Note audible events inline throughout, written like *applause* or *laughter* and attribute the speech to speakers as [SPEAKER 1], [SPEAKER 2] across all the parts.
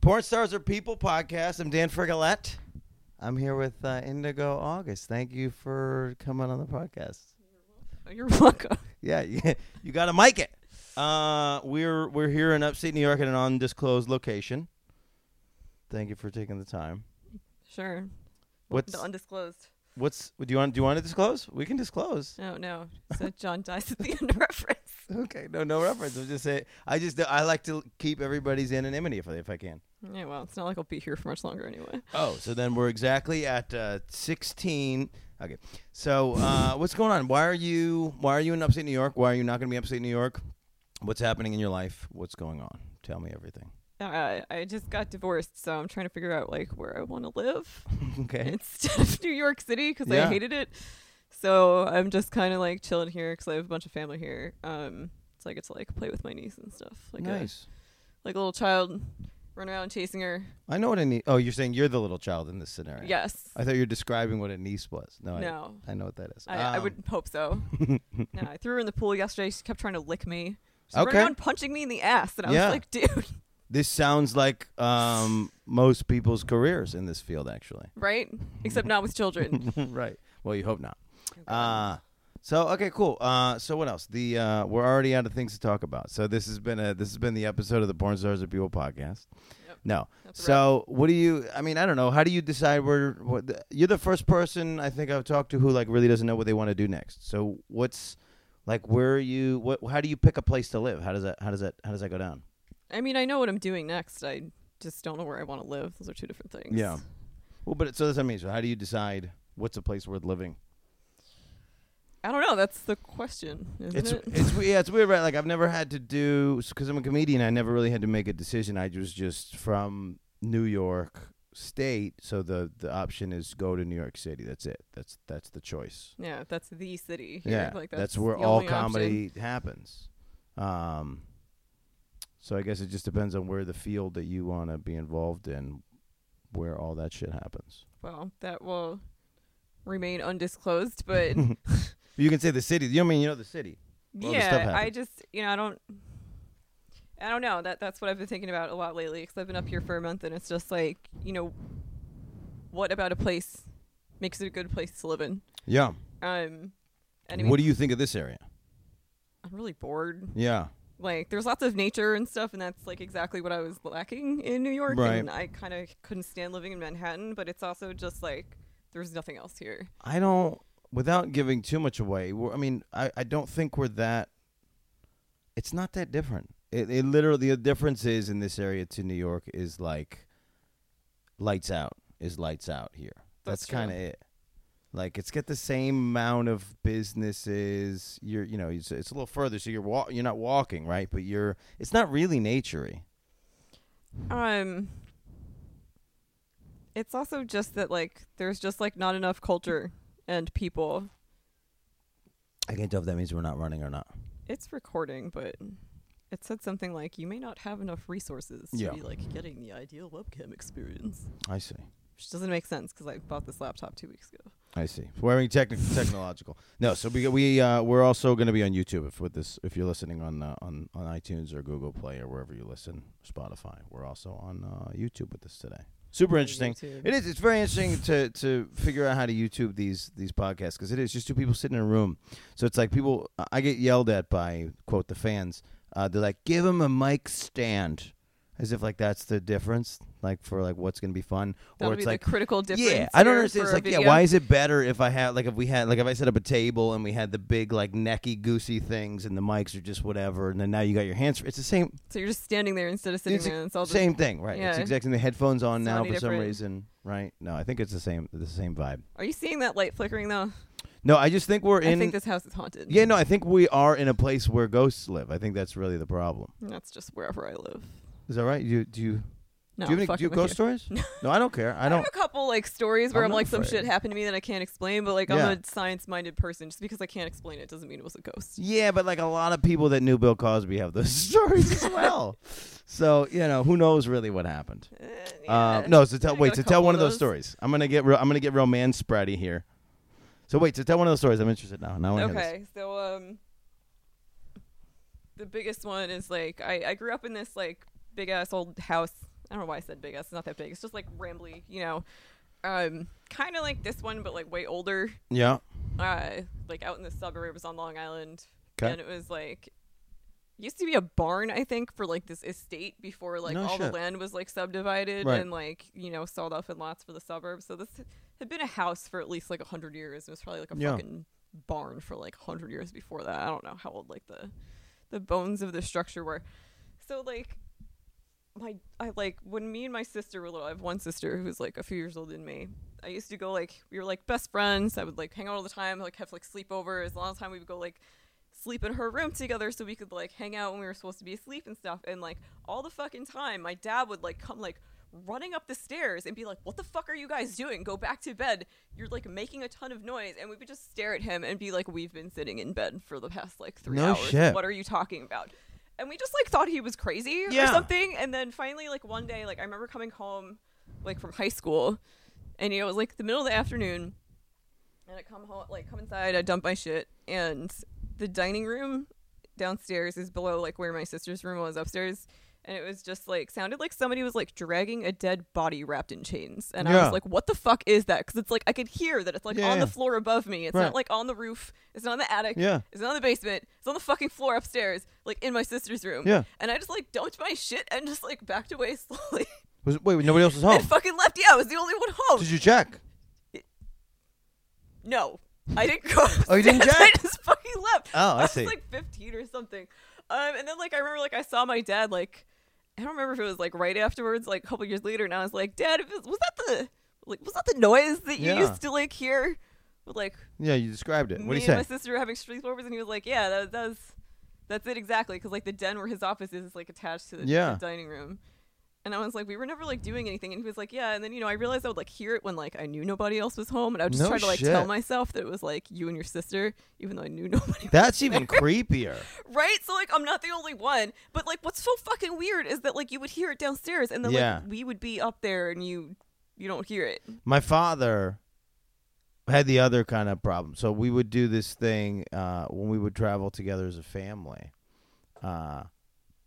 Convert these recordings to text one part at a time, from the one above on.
[SPEAKER 1] Porn Stars Are People podcast. I'm Dan Frigolette. I'm here with uh, Indigo August. Thank you for coming on the podcast.
[SPEAKER 2] Oh, You're *laughs* welcome.
[SPEAKER 1] Yeah, *laughs* you, you got to mic it. Uh, we're we're here in upstate New York at an undisclosed location. Thank you for taking the time.
[SPEAKER 2] Sure.
[SPEAKER 1] What's
[SPEAKER 2] The undisclosed.
[SPEAKER 1] what's do you want do you want to disclose? We can disclose.
[SPEAKER 2] No, Oh, no. *laughs* So John dies at the end of reference.
[SPEAKER 1] *laughs* Okay, no no reference. I'm just say I just I like to keep everybody's anonymity if I, if I can.
[SPEAKER 2] Yeah, well, it's not like I'll be here for much longer anyway.
[SPEAKER 1] Oh, so then we're exactly at uh, 16. Okay. So uh, what's going on? Why are you Why are you in upstate New York? Why are you not going to be upstate New York? What's happening in your life? What's going on? Tell me
[SPEAKER 2] *laughs*
[SPEAKER 1] everything.
[SPEAKER 2] Uh, I just got divorced, so I'm trying to figure out like where I want to live
[SPEAKER 1] okay.
[SPEAKER 2] *laughs* instead of New York City because
[SPEAKER 1] Eh? Yeah.
[SPEAKER 2] I hated it. So I'm just kind of like chilling here because I have a bunch of family here. Um, so I get to like play with my niece and stuff. Like
[SPEAKER 1] nice.
[SPEAKER 2] a, like a little child, run around chasing her.
[SPEAKER 1] I know what a niece. Oh, you're saying you're the little child in this scenario.
[SPEAKER 2] Yes.
[SPEAKER 1] I thought you were describing what a niece was. No.
[SPEAKER 2] no.
[SPEAKER 1] I, I know what that is.
[SPEAKER 2] I, I
[SPEAKER 1] Um,
[SPEAKER 2] would
[SPEAKER 1] *laughs*
[SPEAKER 2] hope so. no, I threw her in the pool yesterday. She kept trying to lick me. She
[SPEAKER 1] Okay.
[SPEAKER 2] ran around punching me in the ass, and I
[SPEAKER 1] Yeah.
[SPEAKER 2] was like, *laughs* dude,
[SPEAKER 1] This sounds like um, most people's careers in this field,
[SPEAKER 2] *laughs*
[SPEAKER 1] actually. *laughs*
[SPEAKER 2] right? Except not with children.
[SPEAKER 1] right. Well, you hope not. Uh, so okay, cool. Uh, so what else? The uh, we're already out of things to talk about. So this has been a this has been the episode of the Porn Stars of People podcast.
[SPEAKER 2] Yep.
[SPEAKER 1] No.
[SPEAKER 2] That's a
[SPEAKER 1] So what do you? I mean, I don't know. How do you decide where? What the, you're the first person I think I've talked to who like really doesn't know what they want to do next. So what's like where are you? What? How do you pick a place to live? How does that? How does that? How does that go down?
[SPEAKER 2] I mean, I know what I'm doing next. I just don't know where I want to live. Those are two different things.
[SPEAKER 1] Yeah. Well, but it- so that's what I mean. So how do you decide what's a place worth living?
[SPEAKER 2] I don't know. That's the question, isn't
[SPEAKER 1] It's
[SPEAKER 2] it?
[SPEAKER 1] it's we- yeah, it's weird, right? Like I've never had to do because I'm a comedian. I never really had to make a decision. I was just from New York State, so the the option is go to New York City. That's it. That's that's the choice.
[SPEAKER 2] yeah, that's the city. Here.
[SPEAKER 1] Yeah,
[SPEAKER 2] like,
[SPEAKER 1] that's,
[SPEAKER 2] that's,
[SPEAKER 1] where
[SPEAKER 2] the
[SPEAKER 1] all
[SPEAKER 2] only option.
[SPEAKER 1] comedy happens. Um, so I guess it just depends on where the field that you want to be involved in, where all that shit happens.
[SPEAKER 2] Well, that will remain undisclosed,
[SPEAKER 1] *laughs*
[SPEAKER 2] but
[SPEAKER 1] You can say the city. You know, I mean you know the city. Well, the stuff
[SPEAKER 2] yeah i
[SPEAKER 1] happens.
[SPEAKER 2] just you know i don't i don't know that that's what i've been thinking about a lot lately because i've been up here for a month and it's just like you know what about a place makes it a good place to live in
[SPEAKER 1] Yeah.
[SPEAKER 2] um and I mean,
[SPEAKER 1] what do you think of this area?
[SPEAKER 2] i'm really bored
[SPEAKER 1] Yeah.
[SPEAKER 2] like there's lots of nature and stuff and that's like exactly what i was lacking in new york
[SPEAKER 1] Right.
[SPEAKER 2] and i kind of couldn't stand living in manhattan but it's also just like there's nothing else here
[SPEAKER 1] I don't, without giving too much away, we're, I mean, I, I don't think we're that, it's not that different. It, it literally, the difference is in this area to New York is like lights out, is lights out here. That's,
[SPEAKER 2] That's true.
[SPEAKER 1] kind of it. Like it's got the same amount of businesses. You're, you know, it's, it's a little further, so you're wa- you're not walking, right? But you're, it's not really naturey.
[SPEAKER 2] um it's also just that like there's just like not enough culture and people
[SPEAKER 1] I can't tell if that means we're not running or not.
[SPEAKER 2] it's recording, but it said something like you may not have enough resources
[SPEAKER 1] Yeah.
[SPEAKER 2] to be like getting the ideal webcam experience,
[SPEAKER 1] I see.
[SPEAKER 2] which doesn't make sense because I bought this laptop two weeks ago.
[SPEAKER 1] I see. We're having techni- technological. No, so we we uh, we're also going to be on YouTube if with this if you're listening on uh, on on iTunes or Google Play or wherever you listen, Spotify. We're also on uh, YouTube with this today. Super interesting.
[SPEAKER 2] YouTube.
[SPEAKER 1] It is. It's very interesting to to figure out how to YouTube these these podcasts because it is just two people sitting in a room. So it's like people. I get yelled at by quote the fans. Uh, they're like, give him a mic stand, as if like that's the difference. Like for like what's going to be fun,
[SPEAKER 2] That
[SPEAKER 1] or
[SPEAKER 2] would
[SPEAKER 1] it's
[SPEAKER 2] be
[SPEAKER 1] like
[SPEAKER 2] the critical difference.
[SPEAKER 1] yeah, I don't
[SPEAKER 2] here
[SPEAKER 1] understand.
[SPEAKER 2] for
[SPEAKER 1] It's
[SPEAKER 2] a
[SPEAKER 1] like, yeah,
[SPEAKER 2] video.
[SPEAKER 1] why is it better if I had like if we had like if I set up a table and we had the big like necky goosey things and the mics are just whatever, and then now you got your hands. It's the same
[SPEAKER 2] So you're just standing there instead of sitting
[SPEAKER 1] it's the
[SPEAKER 2] there. And it's all
[SPEAKER 1] same thing, right? It's
[SPEAKER 2] yeah.
[SPEAKER 1] exactly the headphones on
[SPEAKER 2] So
[SPEAKER 1] now for
[SPEAKER 2] many
[SPEAKER 1] some
[SPEAKER 2] different-
[SPEAKER 1] reason, right? No, I think it's the same the same vibe.
[SPEAKER 2] Just, are you seeing that light flickering though?
[SPEAKER 1] No, I just think we're in.
[SPEAKER 2] I think this house is haunted.
[SPEAKER 1] yeah, no, I think we are in a place where ghosts live. I think that's really the problem.
[SPEAKER 2] And that's just wherever I live.
[SPEAKER 1] Is that right? You do you
[SPEAKER 2] No,
[SPEAKER 1] do you have any
[SPEAKER 2] fuck
[SPEAKER 1] do you
[SPEAKER 2] with
[SPEAKER 1] ghost
[SPEAKER 2] you.
[SPEAKER 1] stories?
[SPEAKER 2] *laughs*
[SPEAKER 1] no, I don't care. I
[SPEAKER 2] I
[SPEAKER 1] don't.
[SPEAKER 2] have a couple like stories where
[SPEAKER 1] I'm
[SPEAKER 2] I'm,
[SPEAKER 1] not
[SPEAKER 2] like some
[SPEAKER 1] afraid.
[SPEAKER 2] shit happened to me that I can't explain, but like
[SPEAKER 1] Yeah.
[SPEAKER 2] I'm a science-minded person. Just because I can't explain it doesn't mean it was a ghost.
[SPEAKER 1] Yeah, but like a lot of people that knew Bill Cosby have those *laughs* stories
[SPEAKER 2] *laughs*
[SPEAKER 1] as well. So you know, who knows really what happened?
[SPEAKER 2] Uh,
[SPEAKER 1] Uh,
[SPEAKER 2] yeah.
[SPEAKER 1] no, so tell
[SPEAKER 2] I got
[SPEAKER 1] wait
[SPEAKER 2] a
[SPEAKER 1] to tell
[SPEAKER 2] couple
[SPEAKER 1] one of
[SPEAKER 2] of
[SPEAKER 1] those
[SPEAKER 2] those.
[SPEAKER 1] stories. I'm gonna get real, I'm gonna get real man spready here. So wait to tell one of those stories. I'm interested now. Now I wanna hear this.
[SPEAKER 2] Okay, so um, the biggest one is like I I grew up in this like big ass old house I don't know why I said big S. It's not that big. It's just like rambly, you know. Um, kind of like this one, but like way older.
[SPEAKER 1] Yeah.
[SPEAKER 2] Uh, like out in the suburbs on Long Island,
[SPEAKER 1] 'Kay.
[SPEAKER 2] and it was like used to be a barn, I think, for like this estate before like
[SPEAKER 1] No
[SPEAKER 2] all the
[SPEAKER 1] shit.
[SPEAKER 2] land was like subdivided
[SPEAKER 1] Right.
[SPEAKER 2] and like you know sold off in lots for the suburbs. So this had been a house for at least like hundred years. It was probably like a
[SPEAKER 1] Yeah.
[SPEAKER 2] fucking barn for like hundred years before that. I don't know how old like the the bones of the structure were. So like my I like when me and my sister were little. I have one sister who's like a few years older than me. I used to go like we were like best friends. I would like hang out all the time. Like have like sleepovers. A lot of time we would go like sleep in her room together so we could like hang out when we were supposed to be asleep and stuff. And like all the fucking time, my dad would like come like running up the stairs and be like, "What the fuck are you guys doing? Go back to bed. You're like making a ton of noise." And we would just stare at him and be like, "We've been sitting in bed for the past like three
[SPEAKER 1] No
[SPEAKER 2] hours.
[SPEAKER 1] shit.
[SPEAKER 2] What are you talking about?" And we just like thought he was crazy or
[SPEAKER 1] Yeah.
[SPEAKER 2] something. And then finally, like one day, like I remember coming home, like from high school, and you know it was like the middle of the afternoon and I come home, like come inside, I dump my shit, and the dining room downstairs is below like where my sister's room was upstairs, and it was just like sounded like somebody was like dragging a dead body wrapped in chains, and I
[SPEAKER 1] Yeah.
[SPEAKER 2] was like, what the fuck is that? Because it's like I could hear that it's like
[SPEAKER 1] Yeah,
[SPEAKER 2] on the
[SPEAKER 1] yeah.
[SPEAKER 2] floor above me. It's
[SPEAKER 1] Right.
[SPEAKER 2] not like on the roof. It's not in the attic.
[SPEAKER 1] Yeah.
[SPEAKER 2] It's not in the basement. It's on the fucking floor upstairs, like in my sister's room.
[SPEAKER 1] Yeah.
[SPEAKER 2] And I just like dumped my shit and just like backed away *laughs* slowly
[SPEAKER 1] Was wait, nobody else was home.
[SPEAKER 2] and fucking left. Yeah, I was the only one
[SPEAKER 1] Oh.
[SPEAKER 2] home.
[SPEAKER 1] Did you check?
[SPEAKER 2] No, I didn't go. Upstairs.
[SPEAKER 1] Oh, you didn't
[SPEAKER 2] *laughs* I
[SPEAKER 1] check?
[SPEAKER 2] just fucking left.
[SPEAKER 1] Oh, I see.
[SPEAKER 2] was like 15 or something. Um, and then like I remember like I saw my dad like I don't remember if it was like right afterwards, like a couple years later, and I was like, Dad, if it- was that the like was that the noise that you
[SPEAKER 1] Yeah.
[SPEAKER 2] used to like hear? With, like
[SPEAKER 1] Yeah, you described it. What do
[SPEAKER 2] me
[SPEAKER 1] you
[SPEAKER 2] and
[SPEAKER 1] say?
[SPEAKER 2] my sister were having sleepovers, and he was like, Yeah, that, that was that's it exactly, because like the den where his office is is like attached to the,
[SPEAKER 1] Yeah.
[SPEAKER 2] the dining room. And I was like, we were never like doing anything, and he was like, yeah. And then you know, I realized I would like hear it when like I knew nobody else was home, and I would just
[SPEAKER 1] No
[SPEAKER 2] try to like
[SPEAKER 1] shit.
[SPEAKER 2] tell myself that it was like you and your sister, even though I knew *laughs* nobody.
[SPEAKER 1] That's even creepier.
[SPEAKER 2] Right? So like I'm not the only one. But like what's so fucking weird is that like you would hear it downstairs and then
[SPEAKER 1] Yeah.
[SPEAKER 2] like we would be up there and you you don't hear it.
[SPEAKER 1] my father had the other kind of problem. So we would do this thing uh, when we would travel together as a family. Uh,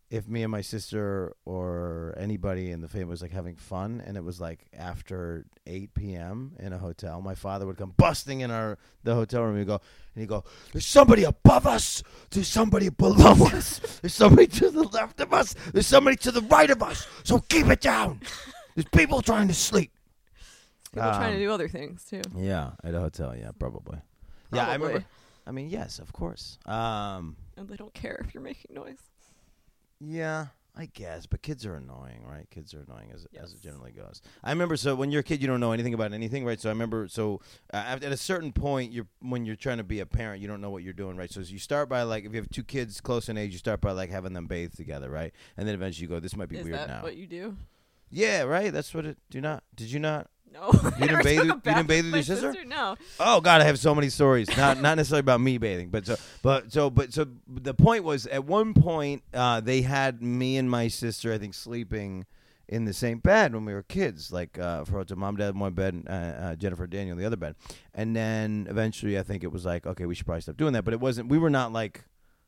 [SPEAKER 1] if me and my sister or anybody in the family was like having fun, and it was like after eight p.m. in a hotel, my father would come busting in our the hotel room. He'd go and he'd go, "There's somebody above us. There's somebody below us. There's somebody to the left of us. There's somebody to the right of us. So keep it down. There's people trying to sleep."
[SPEAKER 2] People
[SPEAKER 1] Um,
[SPEAKER 2] trying to do other things too.
[SPEAKER 1] Yeah, at a hotel. Yeah, probably. Yeah, I remember.
[SPEAKER 2] Probably.
[SPEAKER 1] I mean, yes, of course. Um,
[SPEAKER 2] And they don't care if you're making noise.
[SPEAKER 1] yeah, I guess. But kids are annoying, right? Kids are annoying as as it
[SPEAKER 2] Yes.
[SPEAKER 1] generally goes. I remember. So when you're a kid, you don't know anything about anything, right? So I remember. So uh, at at a certain point, you're when you're trying to be a parent, you don't know what you're doing, right? So you start by like, if you have two kids close in age, you start by like having them bathe together, right? And then eventually you go, this might be
[SPEAKER 2] is
[SPEAKER 1] weird
[SPEAKER 2] that
[SPEAKER 1] now.
[SPEAKER 2] what you do?
[SPEAKER 1] yeah, right. That's what it. Do not. Did you not?
[SPEAKER 2] No. *laughs*
[SPEAKER 1] You didn't bathe with- you didn't bathe with your sister?
[SPEAKER 2] No.
[SPEAKER 1] Oh God, I have so many stories. Not not necessarily about me bathing, but so but so but so the point was at one point uh, they had me and my sister I think sleeping in the same bed when we were kids. Like uh, for to mom, dad, in one bed, and uh, uh, Jennifer, Daniel, in the other bed, and then eventually I think it was like okay, we should probably stop doing that. But it wasn't. We were not like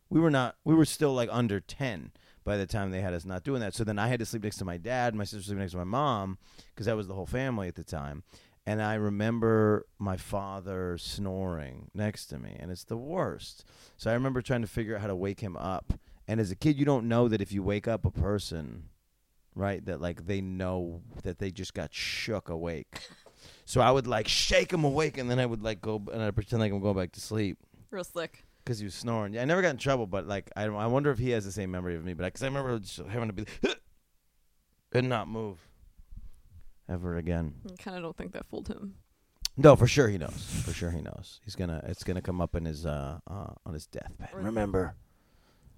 [SPEAKER 1] we were not we were still like under 10 by the time they had us not doing that so then i had to sleep next to my dad my sister sleeping next to my mom because that was the whole family at the time and i remember my father snoring next to me and it's the worst so i remember trying to figure out how to wake him up and as a kid you don't know that if you wake up a person right that like they know that they just got shook awake so i would like shake him awake and then i would like go and i pretend like i'm going back to sleep
[SPEAKER 2] Real slick.
[SPEAKER 1] because he was snoring. Yeah, I never got in trouble, but like I, I wonder if he has the same memory of me. But because I remember just having to be *laughs* and not move ever again.
[SPEAKER 2] I kind of don't think that fooled him.
[SPEAKER 1] No, for sure he knows. For sure he knows. He's gonna. It's gonna come up in his uh, uh on his deathbed.
[SPEAKER 2] Or-
[SPEAKER 1] Remember?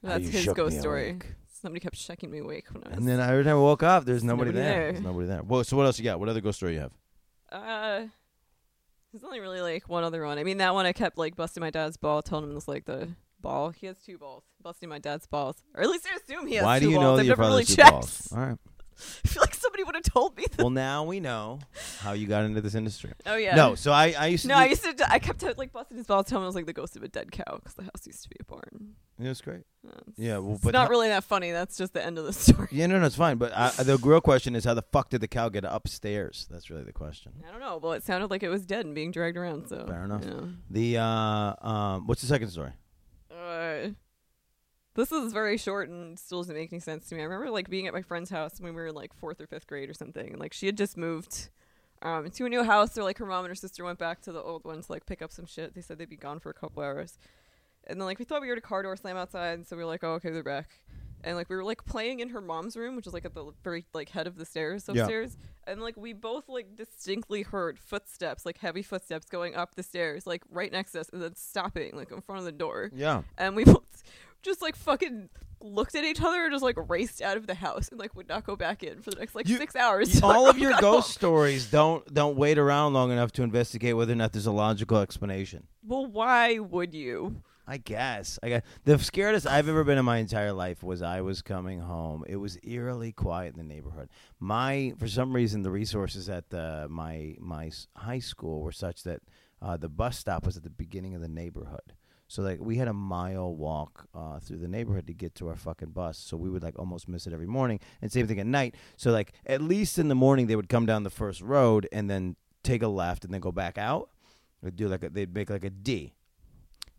[SPEAKER 1] how
[SPEAKER 2] That's
[SPEAKER 1] you
[SPEAKER 2] his
[SPEAKER 1] shook
[SPEAKER 2] ghost
[SPEAKER 1] me
[SPEAKER 2] story.
[SPEAKER 1] awake.
[SPEAKER 2] Somebody kept checking me awake when I was
[SPEAKER 1] And then every time I woke up, there's nobody,
[SPEAKER 2] nobody
[SPEAKER 1] there.
[SPEAKER 2] there.
[SPEAKER 1] There's nobody there. Well, so what else you got? What other ghost story you have?
[SPEAKER 2] Uh, there's only really like one other one. I mean, that one I kept like busting my dad's ball, telling him this like the ball. He has two balls. Busting my dad's balls, or at least I assume he has
[SPEAKER 1] Why
[SPEAKER 2] two
[SPEAKER 1] do you
[SPEAKER 2] balls.
[SPEAKER 1] know
[SPEAKER 2] I've
[SPEAKER 1] that your
[SPEAKER 2] never
[SPEAKER 1] father
[SPEAKER 2] really
[SPEAKER 1] has two
[SPEAKER 2] checked. *laughs*
[SPEAKER 1] balls? All right.
[SPEAKER 2] I feel like somebody somebody would have told me. This.
[SPEAKER 1] well, now we know how you got into this industry.
[SPEAKER 2] Oh yeah.
[SPEAKER 1] No, so I, I used to.
[SPEAKER 2] No,
[SPEAKER 1] do-
[SPEAKER 2] I used to. I kept like busting his balls, telling him I was like the ghost of a dead cow because the house used to be a barn.
[SPEAKER 1] It was great.
[SPEAKER 2] That's-
[SPEAKER 1] Yeah, well,
[SPEAKER 2] it's
[SPEAKER 1] but
[SPEAKER 2] not
[SPEAKER 1] how-
[SPEAKER 2] really that funny. That's just the end of the *laughs* story.
[SPEAKER 1] Yeah, no, no, it's fine. But I, the real question is, how the fuck did the cow get upstairs? That's really the question.
[SPEAKER 2] I don't know. Well, it sounded like it was dead and being dragged around. So
[SPEAKER 1] Fair enough.
[SPEAKER 2] yeah.
[SPEAKER 1] The uh, um, what's the second story?
[SPEAKER 2] Uh, this is very short and still doesn't make any sense to me. I remember like being at my friend's house when we were in like fourth or fifth grade or something, and like she had just moved um, to a new house, or like her mom and her sister went back to the old one to like pick up some shit. They said they'd be gone for a couple hours, and then like we thought we heard a car door slam outside, and so we were like, oh okay, they're back. And like we were like playing in her mom's room, which is like at the very like head of the stairs
[SPEAKER 1] Yeah.
[SPEAKER 2] upstairs, and like we both like distinctly heard footsteps, like heavy footsteps going up the stairs, like right next to us, and then stopping like in front of the door
[SPEAKER 1] Yeah,
[SPEAKER 2] and we both just like fucking looked at each other and just like raced out of the house and like would not go back in for the next *laughs* like
[SPEAKER 1] You-
[SPEAKER 2] six hours. till
[SPEAKER 1] *laughs* all
[SPEAKER 2] I
[SPEAKER 1] of your
[SPEAKER 2] got
[SPEAKER 1] ghost
[SPEAKER 2] home.
[SPEAKER 1] stories don't don't wait around long enough to investigate whether or not there's a logical explanation.
[SPEAKER 2] Well, why would you?
[SPEAKER 1] I guess. I guess the scariest I've ever been in my entire life was I was coming home. It was eerily quiet in the neighborhood. My for some reason the resources at the my my s- high school were such that uh, the bus stop was at the beginning of the neighborhood. So like we had a mile walk uh, through the neighborhood to get to our fucking bus. So we would like almost miss it every morning, and same thing at night. So like at least in the morning they would come down the first road and then take a left and then go back out. They'd do like a, they'd make like a D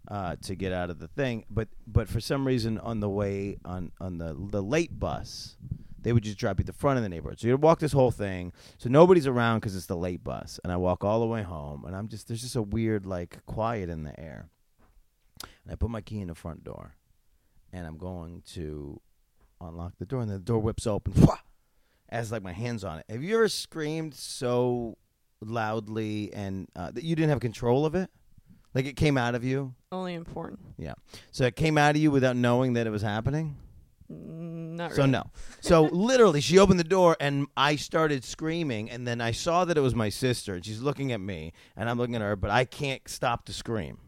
[SPEAKER 1] uh, to get out of the thing. But but for some reason on the way on on the the late bus, they would just drop you at the front of the neighborhood. So you'd walk this whole thing. So nobody's around because it's the late bus, and I walk all the way home, and I'm just there's just a weird like quiet in the air. And I put my key in the front door, and I'm going to unlock the door, and the door whips open. *laughs* As like my hands on it. Have you ever screamed so loudly and uh, that you didn't have control of it? Like it came out of you?
[SPEAKER 2] Only important.
[SPEAKER 1] So it came out of you without knowing that it was happening.
[SPEAKER 2] Not
[SPEAKER 1] So
[SPEAKER 2] really.
[SPEAKER 1] no.
[SPEAKER 2] *laughs*
[SPEAKER 1] So literally, she opened the door and I started screaming, and then I saw that it was my sister, and she's looking at me, and I'm looking at her, but I can't stop to scream.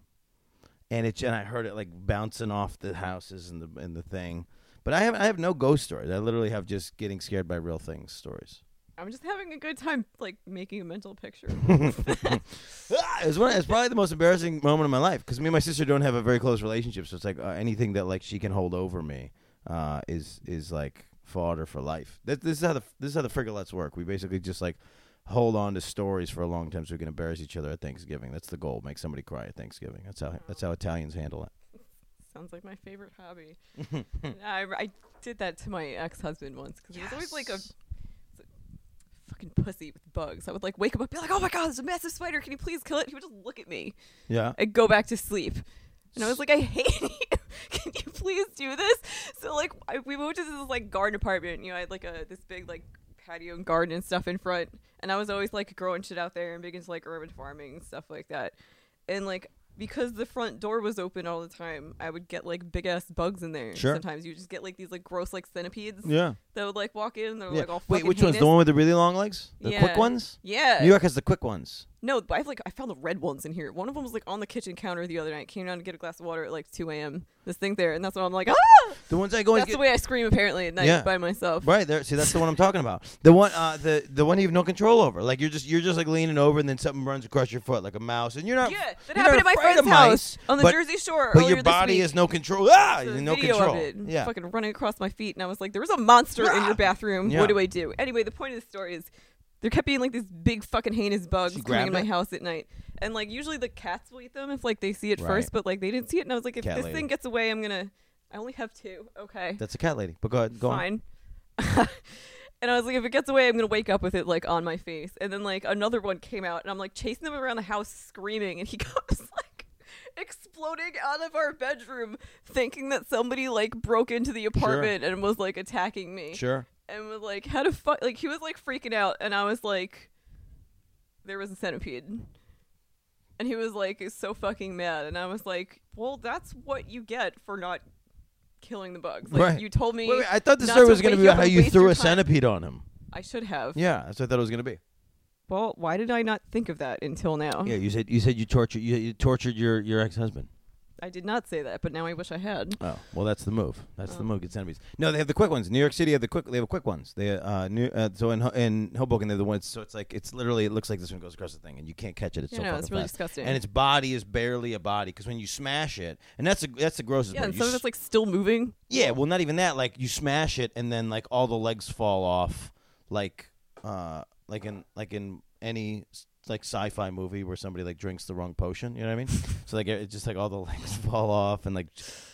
[SPEAKER 1] And it and I heard it like bouncing off the houses and the and the thing. But I have I have no ghost stories. I literally have just getting scared by real things stories.
[SPEAKER 2] I'm just having a good time like making a
[SPEAKER 1] *laughs*
[SPEAKER 2] mental picture.
[SPEAKER 1] Ah, it was one. It's probably the most embarrassing moment of my life because me and my sister don't have a very close relationship. So it's like uh, anything that like she can hold over me uh, is is like fodder for life. That, this is how the this is how the frigolettes work. We basically just like hold on to stories for a long time so we can embarrass each other at Thanksgiving. That's the goal. Make somebody cry at Thanksgiving. That's how that's how Italians handle it.
[SPEAKER 2] Sounds like my favorite hobby. I, I did that to my ex husband once because he was always like a
[SPEAKER 1] Yes.
[SPEAKER 2] fucking pussy with bugs. I would like wake him up, be like, "Oh my god, there's a massive spider! Can you please kill it?" He would just look at me.
[SPEAKER 1] Yeah.
[SPEAKER 2] I'd go back to sleep. And I was like, I hate *laughs* you. Can you please do this? So like, I, we moved to this like garden apartment. You know, I had like a this big like patio and garden and stuff in front. And I was always like growing shit out there and big into like urban farming and stuff like that. And like because the front door was open all the time, I would get like big ass bugs in there.
[SPEAKER 1] Sure.
[SPEAKER 2] Sometimes you just get like these like gross like centipedes
[SPEAKER 1] Yeah.
[SPEAKER 2] that would like walk in. and They're
[SPEAKER 1] yeah.
[SPEAKER 2] like all
[SPEAKER 1] Wait,
[SPEAKER 2] fucking
[SPEAKER 1] which one's the
[SPEAKER 2] heinous.
[SPEAKER 1] one with the really long legs? The quick
[SPEAKER 2] Yeah.
[SPEAKER 1] ones.
[SPEAKER 2] Yeah.
[SPEAKER 1] New York has the quick ones.
[SPEAKER 2] No, but I've like I found the red ones in here. One of them was like on the kitchen counter the other night. Came down to get a glass of water at like two a.m. This thing there, and that's when I'm like, ah!
[SPEAKER 1] The ones I go and
[SPEAKER 2] That's
[SPEAKER 1] get.
[SPEAKER 2] the way I scream apparently at night
[SPEAKER 1] Yeah.
[SPEAKER 2] by myself.
[SPEAKER 1] Right there. See, that's the one I'm talking about. The one, uh, the the one you have no control over. Like you're just you're just like leaning over, and then something runs across your foot like a mouse, and you're not.
[SPEAKER 2] Yeah, that
[SPEAKER 1] you're
[SPEAKER 2] happened at
[SPEAKER 1] not
[SPEAKER 2] my
[SPEAKER 1] afraid of
[SPEAKER 2] friend's house
[SPEAKER 1] mice,
[SPEAKER 2] on the
[SPEAKER 1] but,
[SPEAKER 2] Jersey Shore
[SPEAKER 1] But
[SPEAKER 2] earlier
[SPEAKER 1] your body
[SPEAKER 2] this
[SPEAKER 1] has
[SPEAKER 2] week.
[SPEAKER 1] no control. Ah,
[SPEAKER 2] There's a
[SPEAKER 1] no
[SPEAKER 2] video
[SPEAKER 1] control.
[SPEAKER 2] Of it.
[SPEAKER 1] Yeah. Ah!
[SPEAKER 2] fucking running across my feet, and I was like, "There was a monster in your bathroom.
[SPEAKER 1] Yeah.
[SPEAKER 2] What do I do?" Anyway, the point of the story is. There kept being like these big fucking heinous bugs
[SPEAKER 1] She
[SPEAKER 2] coming in my
[SPEAKER 1] grabbed it?
[SPEAKER 2] house at night, and like usually the cats will eat them if like they see it
[SPEAKER 1] Right.
[SPEAKER 2] first, but like they didn't see it, and I was like, if
[SPEAKER 1] Cat
[SPEAKER 2] this
[SPEAKER 1] lady.
[SPEAKER 2] thing gets away, I'm gonna. I only have two. Okay.
[SPEAKER 1] That's a cat lady. But go ahead. Go on.
[SPEAKER 2] fine. *laughs* and I was like, if it gets away, I'm gonna wake up with it like on my face. And then like another one came out, and I'm like chasing them around the house, screaming, and he *laughs* comes like exploding out of our bedroom, thinking that somebody like broke into the apartment and was like attacking me,
[SPEAKER 1] Sure.
[SPEAKER 2] and was like, how to fuck? Like he was like freaking out, and I was like, there was a centipede. And he was like so fucking mad, and I was like, "Well, that's what you get for not killing the bugs. Like
[SPEAKER 1] Right.
[SPEAKER 2] you told me
[SPEAKER 1] Wait, wait, I thought the
[SPEAKER 2] not
[SPEAKER 1] story
[SPEAKER 2] to
[SPEAKER 1] was going to
[SPEAKER 2] wake
[SPEAKER 1] be
[SPEAKER 2] up
[SPEAKER 1] about how
[SPEAKER 2] and
[SPEAKER 1] you
[SPEAKER 2] waste
[SPEAKER 1] threw
[SPEAKER 2] your
[SPEAKER 1] a
[SPEAKER 2] time.
[SPEAKER 1] centipede on him.
[SPEAKER 2] I should have.
[SPEAKER 1] Yeah, that's what I thought it was going to be.
[SPEAKER 2] Well, why did I not think of that until now?
[SPEAKER 1] Yeah, you said you said you tortured you, you tortured your your ex husband.
[SPEAKER 2] I did not say that, but now I wish I had.
[SPEAKER 1] Oh well, that's the move. That's the
[SPEAKER 2] Oh.
[SPEAKER 1] move. Gets enemies. No, they have the quick ones. New York City have the quick. They have quick ones. They uh, new, uh so in Ho- in Hoboken they're the ones. So it's like it's literally it looks like this one goes across the thing and you can't catch it. It's
[SPEAKER 2] You
[SPEAKER 1] so
[SPEAKER 2] know,
[SPEAKER 1] fucking
[SPEAKER 2] it's really
[SPEAKER 1] fast.
[SPEAKER 2] disgusting.
[SPEAKER 1] And its body is barely a body because when you smash it, and that's the that's the grossest.
[SPEAKER 2] yeah,
[SPEAKER 1] part.
[SPEAKER 2] and
[SPEAKER 1] You
[SPEAKER 2] some of
[SPEAKER 1] s-
[SPEAKER 2] it's like still moving.
[SPEAKER 1] yeah, well, not even that. Like you smash it and then like all the legs fall off, like uh like in like in any like sci-fi movie where somebody like drinks the wrong potion. You know what I
[SPEAKER 2] *laughs*
[SPEAKER 1] mean? so like it just like all the *laughs* legs fall off and like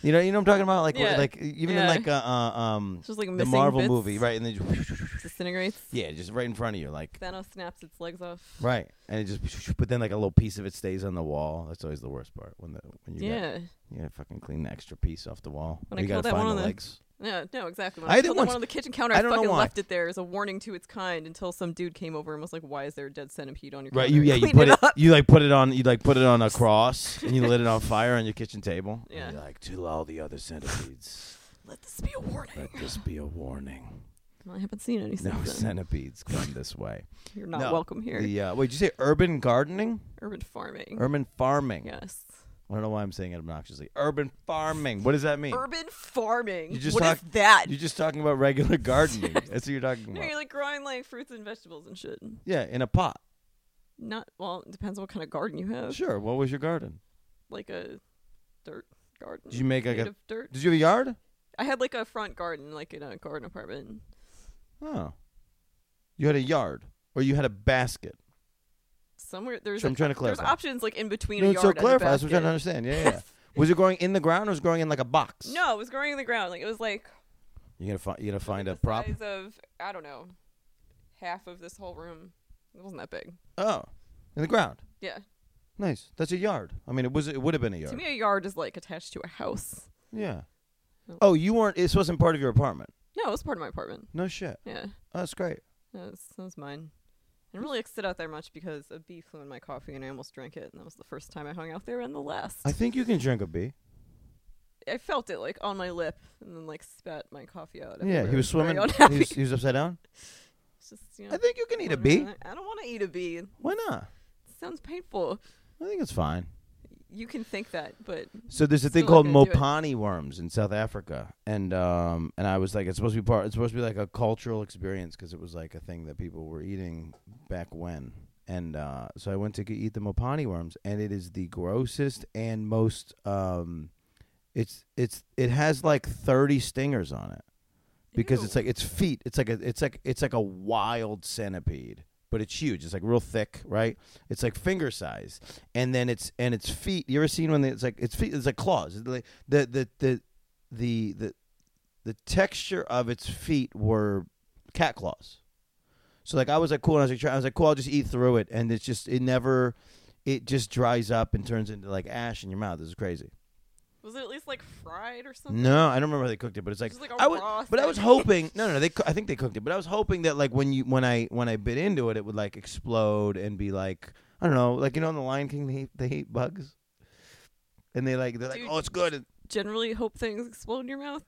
[SPEAKER 1] you know you know what I'm talking about like where-
[SPEAKER 2] Yeah.
[SPEAKER 1] like even in
[SPEAKER 2] Yeah.
[SPEAKER 1] like uh, uh um
[SPEAKER 2] It's just like
[SPEAKER 1] the
[SPEAKER 2] missing
[SPEAKER 1] Marvel
[SPEAKER 2] bits,
[SPEAKER 1] movie right and then just-
[SPEAKER 2] *laughs* Disintegrates.
[SPEAKER 1] yeah just right in front of you like
[SPEAKER 2] *laughs* Thanos snaps its legs off.
[SPEAKER 1] right and it just but then like a little piece of it stays on the wall. That's always the worst part when the when you got,
[SPEAKER 2] yeah.
[SPEAKER 1] you gotta fucking clean the extra piece off the wall. Or
[SPEAKER 2] When I
[SPEAKER 1] you gotta
[SPEAKER 2] killed that
[SPEAKER 1] find
[SPEAKER 2] one
[SPEAKER 1] the
[SPEAKER 2] on the-
[SPEAKER 1] legs.
[SPEAKER 2] No, no, exactly. When
[SPEAKER 1] I
[SPEAKER 2] I,
[SPEAKER 1] did it
[SPEAKER 2] killed that
[SPEAKER 1] once.
[SPEAKER 2] one on the kitchen counter,
[SPEAKER 1] I
[SPEAKER 2] I,
[SPEAKER 1] don't know
[SPEAKER 2] fucking
[SPEAKER 1] why.
[SPEAKER 2] left it there as a warning to its kind until some dude came over and was like, "Why is there a dead centipede on your
[SPEAKER 1] Right, you
[SPEAKER 2] counter?"
[SPEAKER 1] yeah, you
[SPEAKER 2] Clean
[SPEAKER 1] put it,
[SPEAKER 2] up.
[SPEAKER 1] you like put it on you like put it on a cross and you lit it
[SPEAKER 2] *laughs*
[SPEAKER 1] on fire on your kitchen table. And
[SPEAKER 2] Yeah.
[SPEAKER 1] you're like to all the other centipedes,
[SPEAKER 2] Let this be a warning.
[SPEAKER 1] let this be a warning.
[SPEAKER 2] Well, I haven't seen any
[SPEAKER 1] No
[SPEAKER 2] since then.
[SPEAKER 1] centipedes come this way.
[SPEAKER 2] You're not
[SPEAKER 1] No,
[SPEAKER 2] welcome *laughs* here.
[SPEAKER 1] The uh, wait, did you say urban gardening?
[SPEAKER 2] Urban farming.
[SPEAKER 1] Urban farming.
[SPEAKER 2] Yes.
[SPEAKER 1] I don't know why I'm saying it obnoxiously. Urban farming. What does that mean?
[SPEAKER 2] Urban farming.
[SPEAKER 1] You
[SPEAKER 2] What
[SPEAKER 1] just
[SPEAKER 2] is
[SPEAKER 1] talk-
[SPEAKER 2] that?
[SPEAKER 1] You're just talking about regular
[SPEAKER 2] *laughs*
[SPEAKER 1] gardening. That's what you're talking
[SPEAKER 2] no,
[SPEAKER 1] about.
[SPEAKER 2] you're like growing like fruits and vegetables and shit.
[SPEAKER 1] Yeah, in a pot.
[SPEAKER 2] Not well. It depends on what kind of garden you have.
[SPEAKER 1] Sure. What was your garden?
[SPEAKER 2] Like a dirt garden.
[SPEAKER 1] Did you make like
[SPEAKER 2] made
[SPEAKER 1] a?
[SPEAKER 2] of dirt?
[SPEAKER 1] Did you have a yard?
[SPEAKER 2] I had like a front garden, like in a garden apartment.
[SPEAKER 1] Oh, you had a yard, or you had a basket.
[SPEAKER 2] Somewhere there's
[SPEAKER 1] So I'm
[SPEAKER 2] a-
[SPEAKER 1] trying to
[SPEAKER 2] there's
[SPEAKER 1] clarify.
[SPEAKER 2] options like in between
[SPEAKER 1] No,
[SPEAKER 2] a
[SPEAKER 1] it's
[SPEAKER 2] yard
[SPEAKER 1] so
[SPEAKER 2] and a
[SPEAKER 1] clarify. That's what I'm trying
[SPEAKER 2] basket.
[SPEAKER 1] to understand. Yeah, yeah. *laughs* was it growing in the ground or was it growing in like a box?
[SPEAKER 2] No, it was growing in the ground. Like it was like
[SPEAKER 1] You gotta find. You gotta find a
[SPEAKER 2] the
[SPEAKER 1] prop.
[SPEAKER 2] size of I don't know, half of this whole room. It wasn't that big.
[SPEAKER 1] Oh, in the ground.
[SPEAKER 2] Yeah.
[SPEAKER 1] Nice. That's a yard. I mean, it was. It would have been a
[SPEAKER 2] To
[SPEAKER 1] yard.
[SPEAKER 2] me, a yard is like attached to a house.
[SPEAKER 1] yeah.
[SPEAKER 2] No.
[SPEAKER 1] Oh, you weren't. This wasn't part of your apartment.
[SPEAKER 2] No, it was part of my apartment.
[SPEAKER 1] No shit.
[SPEAKER 2] Yeah,
[SPEAKER 1] Oh, that's great.
[SPEAKER 2] that was, that was mine. I didn't really like, sit out there much because a bee flew in my coffee and I almost drank it, and that was the first time I hung out there and the last.
[SPEAKER 1] I think you can drink a bee.
[SPEAKER 2] I felt it like on my lip and then like spat my coffee out.
[SPEAKER 1] Yeah, he
[SPEAKER 2] everywhere.
[SPEAKER 1] was
[SPEAKER 2] Very
[SPEAKER 1] swimming.
[SPEAKER 2] unhappy.
[SPEAKER 1] He was, he was upside down.
[SPEAKER 2] *laughs* It's just, you know,
[SPEAKER 1] I think you can eat a
[SPEAKER 2] floating
[SPEAKER 1] bee.
[SPEAKER 2] around. I don't want to eat a bee. It
[SPEAKER 1] Why not?
[SPEAKER 2] sounds painful.
[SPEAKER 1] I think it's fine.
[SPEAKER 2] You can think that, but
[SPEAKER 1] So there's a thing
[SPEAKER 2] Still
[SPEAKER 1] called
[SPEAKER 2] not gonna do it.
[SPEAKER 1] mopani worms in South Africa, and um, and I was like, it's supposed to be part. It's supposed to be like a cultural experience because it was like a thing that people were eating back when. And uh, so I went to g- eat the mopani worms, and it is the grossest and most. Um, it's it's it has like 30 stingers on it because it's
[SPEAKER 2] Ew.
[SPEAKER 1] like its feet. It's like a it's like it's like a wild centipede, but it's huge. It's like real thick, right? It's like finger size, and then it's and its feet. You ever seen when they, it's like its feet? It's like claws. It's like the the the the the the texture of its feet were cat claws. So like I was like cool, and I was like try- I was like cool. I'll just eat through it, and it's just it never. It just dries up and turns into like ash in your mouth. This is crazy.
[SPEAKER 2] was it at least like fried or something?
[SPEAKER 1] No, I don't remember how they cooked it, but it's like,
[SPEAKER 2] Just like a
[SPEAKER 1] I was,
[SPEAKER 2] raw
[SPEAKER 1] but I was
[SPEAKER 2] thing.
[SPEAKER 1] hoping. No, no, they. coo- I think they cooked it, but I was hoping that like when you when I when I bit into it, it would like explode and be like I don't know, like you know, in the Lion King they eat, they eat bugs, and they like they're like,
[SPEAKER 2] Dude.
[SPEAKER 1] oh, it's good. And-
[SPEAKER 2] Generally, hope things explode in your mouth.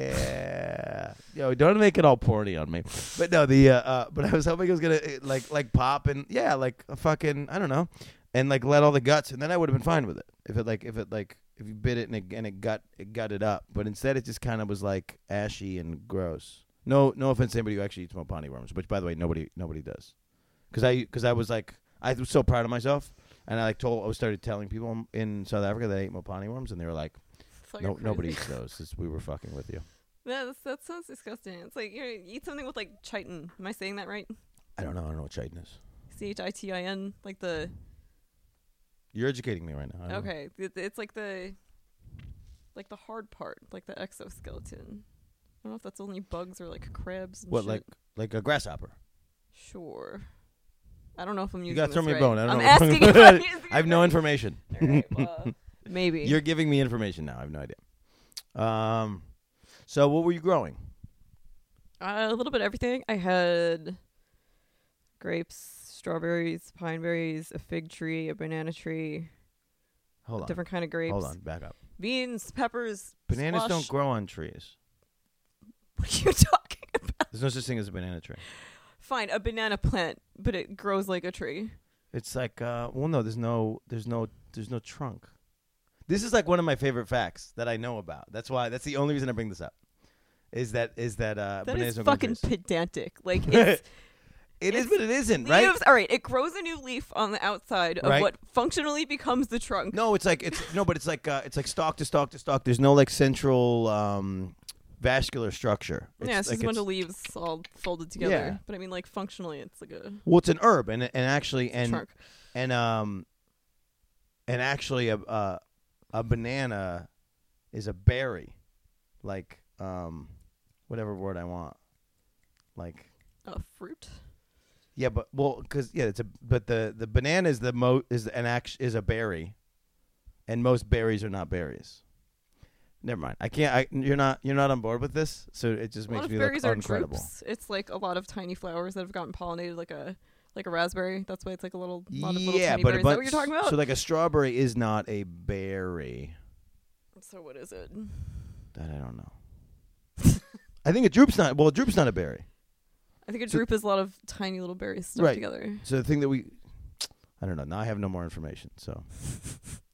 [SPEAKER 1] yeah, yo, don't make it all porny on me. But no, the uh, uh but I was hoping it was gonna eh, like like pop and yeah, like a fucking I don't know, and like let all the guts, and then I would have been fine with it if it like if it like if you bit it and it, and it gut it gutted up. But instead, it just kind of was like ashy and gross. No, no offense to anybody who actually eats mopani worms, which by the way, nobody nobody does, because I because I was like I was so proud of myself. And I like told I started telling people in South Africa that I ate mopani worms, and they were like,
[SPEAKER 2] It's like
[SPEAKER 1] "No, nobody
[SPEAKER 2] crazy. *laughs*
[SPEAKER 1] eats those." Since we were fucking with you.
[SPEAKER 2] That's, that sounds disgusting. It's like you know, you eat something with like chitin. Am I saying that right?
[SPEAKER 1] I don't know. I don't know what chitin is.
[SPEAKER 2] C h i t i n, like the
[SPEAKER 1] You're educating me right now. I don't know.
[SPEAKER 2] okay. It- It's like the like the hard part, like the exoskeleton. I don't know if that's only bugs or like crabs. And
[SPEAKER 1] What
[SPEAKER 2] shit.
[SPEAKER 1] like like a grasshopper?
[SPEAKER 2] Sure. I don't know if I'm using.
[SPEAKER 1] You got to
[SPEAKER 2] this
[SPEAKER 1] throw me a
[SPEAKER 2] right.
[SPEAKER 1] bone. I don't
[SPEAKER 2] I'm
[SPEAKER 1] know. *laughs*
[SPEAKER 2] asking.
[SPEAKER 1] what-
[SPEAKER 2] if I'm using
[SPEAKER 1] I have
[SPEAKER 2] it
[SPEAKER 1] no
[SPEAKER 2] right.
[SPEAKER 1] information.
[SPEAKER 2] All right, well, maybe.
[SPEAKER 1] *laughs* You're giving me information now. I have no idea. Um, so what were you growing?
[SPEAKER 2] Uh, a little bit of everything. I had grapes, strawberries, pine berries, a fig tree, a banana tree,
[SPEAKER 1] Hold on.
[SPEAKER 2] different kind of grapes,
[SPEAKER 1] Hold on. Back up.
[SPEAKER 2] beans, peppers.
[SPEAKER 1] Bananas
[SPEAKER 2] squash.
[SPEAKER 1] don't grow on trees.
[SPEAKER 2] *laughs* What are you talking?
[SPEAKER 1] There's no such thing as a banana tree.
[SPEAKER 2] Fine, a banana plant, but it grows like a tree.
[SPEAKER 1] It's like uh, well, no, there's no, there's no, there's no trunk. This is like one of my favorite facts that I know about. That's why. That's the only reason I bring this up. Is that is that uh,
[SPEAKER 2] That
[SPEAKER 1] bananas
[SPEAKER 2] is
[SPEAKER 1] don't grow on
[SPEAKER 2] fucking
[SPEAKER 1] trees.
[SPEAKER 2] pedantic.
[SPEAKER 1] *laughs*
[SPEAKER 2] Like it's
[SPEAKER 1] It is,
[SPEAKER 2] it's
[SPEAKER 1] but it isn't,
[SPEAKER 2] leaves.
[SPEAKER 1] right?
[SPEAKER 2] All right, it grows a new leaf on the outside of
[SPEAKER 1] Right.
[SPEAKER 2] what functionally becomes the trunk.
[SPEAKER 1] No, it's like it's no, but it's like uh, it's like stalk to stalk to stalk. There's no like central um, vascular structure. It's
[SPEAKER 2] yeah, it's
[SPEAKER 1] like
[SPEAKER 2] just a bunch
[SPEAKER 1] it's-
[SPEAKER 2] of leaves all folded together.
[SPEAKER 1] Yeah.
[SPEAKER 2] But I mean, like functionally, it's like a
[SPEAKER 1] well, it's an herb, and and actually, and
[SPEAKER 2] trunk.
[SPEAKER 1] and um, and actually, a a, a banana is a berry, like um, whatever word I want, like
[SPEAKER 2] A fruit.
[SPEAKER 1] yeah, but well, because yeah, it's a but the the banana is the mo is an act is a berry, and most berries are not berries. Never mind. I can't. I, you're not. You're not on board with this, so it just
[SPEAKER 2] A lot
[SPEAKER 1] makes
[SPEAKER 2] of
[SPEAKER 1] me look
[SPEAKER 2] berries are
[SPEAKER 1] incredible.
[SPEAKER 2] drupes. It's like a lot of tiny flowers that have gotten pollinated, like a like a raspberry. That's why it's like a little lot of little
[SPEAKER 1] Yeah,
[SPEAKER 2] tiny
[SPEAKER 1] but a
[SPEAKER 2] berries. Is
[SPEAKER 1] bunch.
[SPEAKER 2] that what you're talking about?
[SPEAKER 1] So like a strawberry is not a berry.
[SPEAKER 2] so what is it?
[SPEAKER 1] That I don't
[SPEAKER 2] *laughs*
[SPEAKER 1] know. I think a droop's not. Well, a droop's not a berry.
[SPEAKER 2] I think a
[SPEAKER 1] So-
[SPEAKER 2] drupe is a lot of tiny little berries stuck
[SPEAKER 1] Right.
[SPEAKER 2] together.
[SPEAKER 1] So the thing that we, I don't know. Now I have no more information.
[SPEAKER 2] *laughs*
[SPEAKER 1] So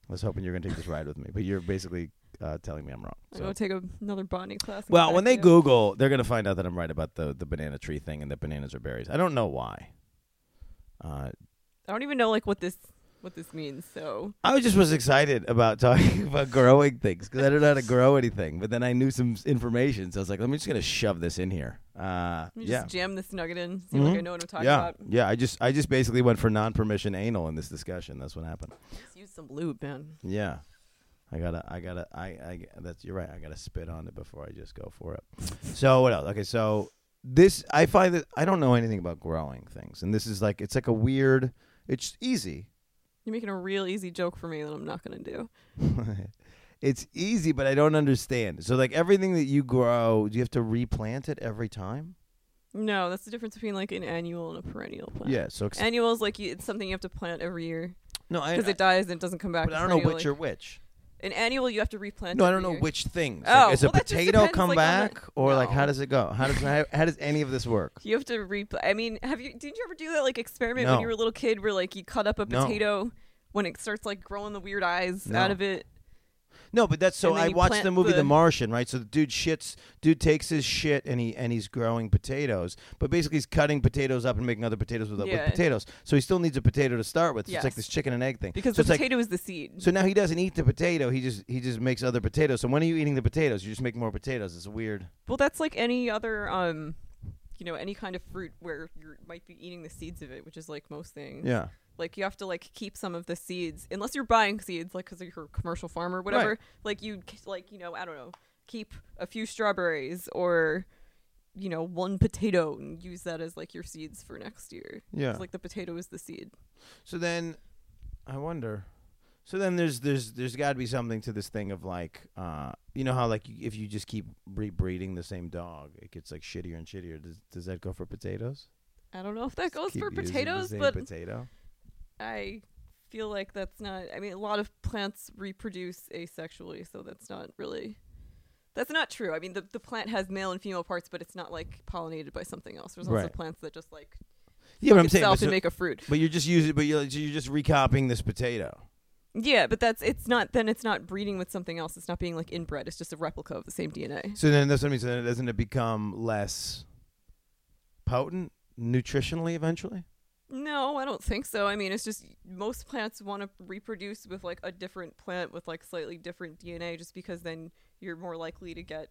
[SPEAKER 1] I was hoping you're gonna take this ride with me, but you're basically uh, telling me I'm wrong.
[SPEAKER 2] I'm
[SPEAKER 1] So.
[SPEAKER 2] gonna take a, another botany class. and get
[SPEAKER 1] Well,
[SPEAKER 2] back
[SPEAKER 1] when
[SPEAKER 2] to
[SPEAKER 1] they
[SPEAKER 2] you.
[SPEAKER 1] Google, they're going to find out that I'm right about the, the banana tree thing and that bananas are berries. I don't know why. Uh,
[SPEAKER 2] I don't even know like what this what this means. So
[SPEAKER 1] I was- just was excited about talking *laughs* about growing things because I don't know how to grow anything. But then I knew some s- information, so I was like, "I'm just going to shove this in here." Uh,
[SPEAKER 2] let me
[SPEAKER 1] yeah,
[SPEAKER 2] just jam this nugget in. Seem like I
[SPEAKER 1] Mhm.
[SPEAKER 2] know what I'm talking
[SPEAKER 1] yeah,
[SPEAKER 2] about.
[SPEAKER 1] yeah. I just I just basically went for non permission anal in this discussion. That's what happened.
[SPEAKER 2] Just use some lube, man.
[SPEAKER 1] Yeah. I gotta, I gotta, I, I, that's, you're right. I gotta spit on it before I just go for it. So what else? Okay. So this, I find that I don't know anything about growing things. And this is like, it's like a weird, it's easy.
[SPEAKER 2] You're making a real easy joke for me that I'm not gonna do.
[SPEAKER 1] *laughs* it's easy, but I don't understand. So like everything that you grow, do you have to replant it every time?
[SPEAKER 2] No, that's the difference between like an annual and a perennial plant.
[SPEAKER 1] Yeah. So, ex-
[SPEAKER 2] Annuals like you, it's something you have to plant every year
[SPEAKER 1] no, I,
[SPEAKER 2] because it dies and it doesn't come back.
[SPEAKER 1] but I
[SPEAKER 2] to
[SPEAKER 1] don't know
[SPEAKER 2] perennial,
[SPEAKER 1] which
[SPEAKER 2] like-
[SPEAKER 1] are which.
[SPEAKER 2] an annual you have to replant.
[SPEAKER 1] No, I
[SPEAKER 2] every
[SPEAKER 1] don't know
[SPEAKER 2] year.
[SPEAKER 1] which things.
[SPEAKER 2] Oh,
[SPEAKER 1] like, is
[SPEAKER 2] well,
[SPEAKER 1] a
[SPEAKER 2] that just
[SPEAKER 1] potato
[SPEAKER 2] depends,
[SPEAKER 1] come
[SPEAKER 2] like, on the-
[SPEAKER 1] back or like, how
[SPEAKER 2] No.
[SPEAKER 1] does it go? How does, how, how does any of this work?
[SPEAKER 2] You have to repl I mean, have you? Did you ever do that like experiment
[SPEAKER 1] No.
[SPEAKER 2] when you were a little kid, where like you cut up a
[SPEAKER 1] No.
[SPEAKER 2] potato when it starts like growing the weird eyes
[SPEAKER 1] No.
[SPEAKER 2] out of it?
[SPEAKER 1] No, but that's so.
[SPEAKER 2] And then
[SPEAKER 1] I
[SPEAKER 2] you
[SPEAKER 1] watched
[SPEAKER 2] plant
[SPEAKER 1] the movie the...
[SPEAKER 2] the-
[SPEAKER 1] Martian, right? So the dude shits, dude takes his shit, and he and he's growing potatoes, but basically he's cutting potatoes up and making other potatoes with, with
[SPEAKER 2] Yeah.
[SPEAKER 1] potatoes. So he still needs a potato to start with. So It's like
[SPEAKER 2] Yes.
[SPEAKER 1] this chicken and egg thing.
[SPEAKER 2] Because
[SPEAKER 1] so it's
[SPEAKER 2] the
[SPEAKER 1] like-
[SPEAKER 2] potato is the seed.
[SPEAKER 1] so now he doesn't eat the potato. He just he just makes other potatoes. So when are you eating the potatoes? You just make more potatoes. It's weird.
[SPEAKER 2] well, that's like any other um, you know, any kind of fruit where you might be eating the seeds of it, which is like most things.
[SPEAKER 1] Yeah.
[SPEAKER 2] Like you have to like keep some of the seeds unless you're buying seeds, like because you're a commercial farmer, or whatever.
[SPEAKER 1] Right.
[SPEAKER 2] Like you c- like you know, I don't know, keep a few strawberries or. You know, one potato and use that as like your seeds for next year.
[SPEAKER 1] Yeah.
[SPEAKER 2] It's like the potato is the seed.
[SPEAKER 1] So then, I wonder. So then, there's there's there's got to be something to this thing of like, uh, you know how like you- if you just keep rebreeding the same dog, it gets like shittier and shittier. Does does that go for potatoes?
[SPEAKER 2] I don't know if that goes
[SPEAKER 1] Keep
[SPEAKER 2] for
[SPEAKER 1] using the
[SPEAKER 2] potatoes,
[SPEAKER 1] same
[SPEAKER 2] but
[SPEAKER 1] potato.
[SPEAKER 2] I feel like that's not. I mean, a lot of plants reproduce asexually, so that's not really. That's not true. I mean, the, the plant has male and female parts, but it's not like pollinated by something else. There's also
[SPEAKER 1] Right.
[SPEAKER 2] plants that just like
[SPEAKER 1] Yeah, but I'm saying,
[SPEAKER 2] itself
[SPEAKER 1] but,
[SPEAKER 2] and
[SPEAKER 1] so-
[SPEAKER 2] make a fruit.
[SPEAKER 1] but you're just using, but you're you're just recopying this potato.
[SPEAKER 2] Yeah, but that's it's not. Then it's not breeding with something else. It's not being like inbred. It's just a replica of the same DNA.
[SPEAKER 1] So then that's what I mean. So then doesn't it become less potent nutritionally eventually?
[SPEAKER 2] No, I don't think so. I mean, it's just most plants want to reproduce with like a different plant with like slightly different DNA just because then you're more likely to get,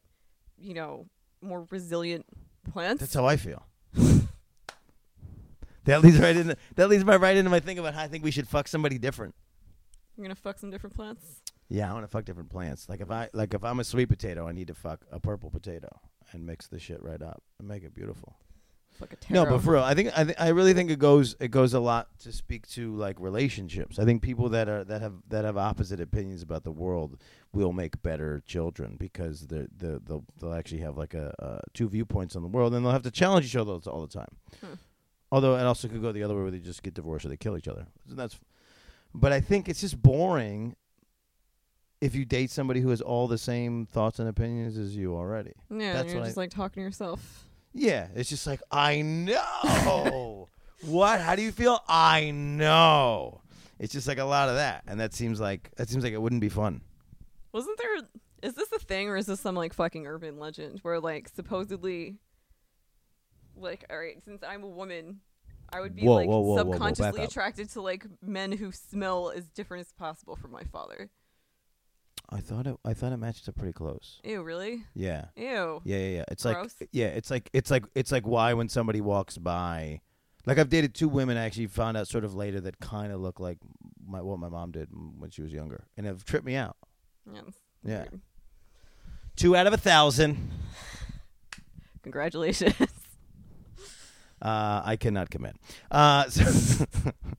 [SPEAKER 2] you know, more resilient plants.
[SPEAKER 1] That's how I feel. *laughs* that leads right into that leads my right into my thing about how I think we should fuck somebody different.
[SPEAKER 2] You're going to fuck some different plants.
[SPEAKER 1] Yeah, I want to fuck different plants. Like if I like if I'm a sweet potato, I need to fuck a purple potato and mix the shit right up and make it beautiful.
[SPEAKER 2] Fuck a
[SPEAKER 1] No,
[SPEAKER 2] tarot.
[SPEAKER 1] but for real, I think I, th- I really think it goes it goes a lot to speak to like relationships. I think people that are that have that have opposite opinions about the world will make better children because they're, they they'll they'll actually have like a uh, two viewpoints on the world and they'll have to challenge each other all the time.
[SPEAKER 2] Hmm.
[SPEAKER 1] Although it also could go the other way where they just get divorced or they kill each other. So that's, but I think it's just boring if you date somebody who has all the same thoughts and opinions as you already.
[SPEAKER 2] yeah,
[SPEAKER 1] that's
[SPEAKER 2] you're
[SPEAKER 1] what
[SPEAKER 2] just like talking to yourself.
[SPEAKER 1] Yeah, it's just like I know. what? How do you feel? I know. It's just like a lot of that, and that seems like that seems like it wouldn't be fun.
[SPEAKER 2] Wasn't there? Is this a thing, or is this some like fucking urban legend where like supposedly, like, all right, since I'm a woman, I would be
[SPEAKER 1] Whoa,
[SPEAKER 2] like
[SPEAKER 1] whoa, whoa, whoa, whoa,
[SPEAKER 2] subconsciously
[SPEAKER 1] back up.
[SPEAKER 2] attracted to like men who smell as different as possible from my father.
[SPEAKER 1] I thought it. I thought it matched up pretty close.
[SPEAKER 2] Ew, really?
[SPEAKER 1] Yeah.
[SPEAKER 2] Ew.
[SPEAKER 1] Yeah, yeah, yeah. It's
[SPEAKER 2] Gross.
[SPEAKER 1] like yeah, it's like it's like it's like why when somebody walks by, like I've dated two women I actually found out sort of later that kind of look like my what my mom did when she was younger, and have tripped me out.
[SPEAKER 2] Yeah, it's
[SPEAKER 1] Yeah.
[SPEAKER 2] weird.
[SPEAKER 1] Two out of a thousand.
[SPEAKER 2] Congratulations. *laughs*
[SPEAKER 1] Uh, I cannot commit. Uh, so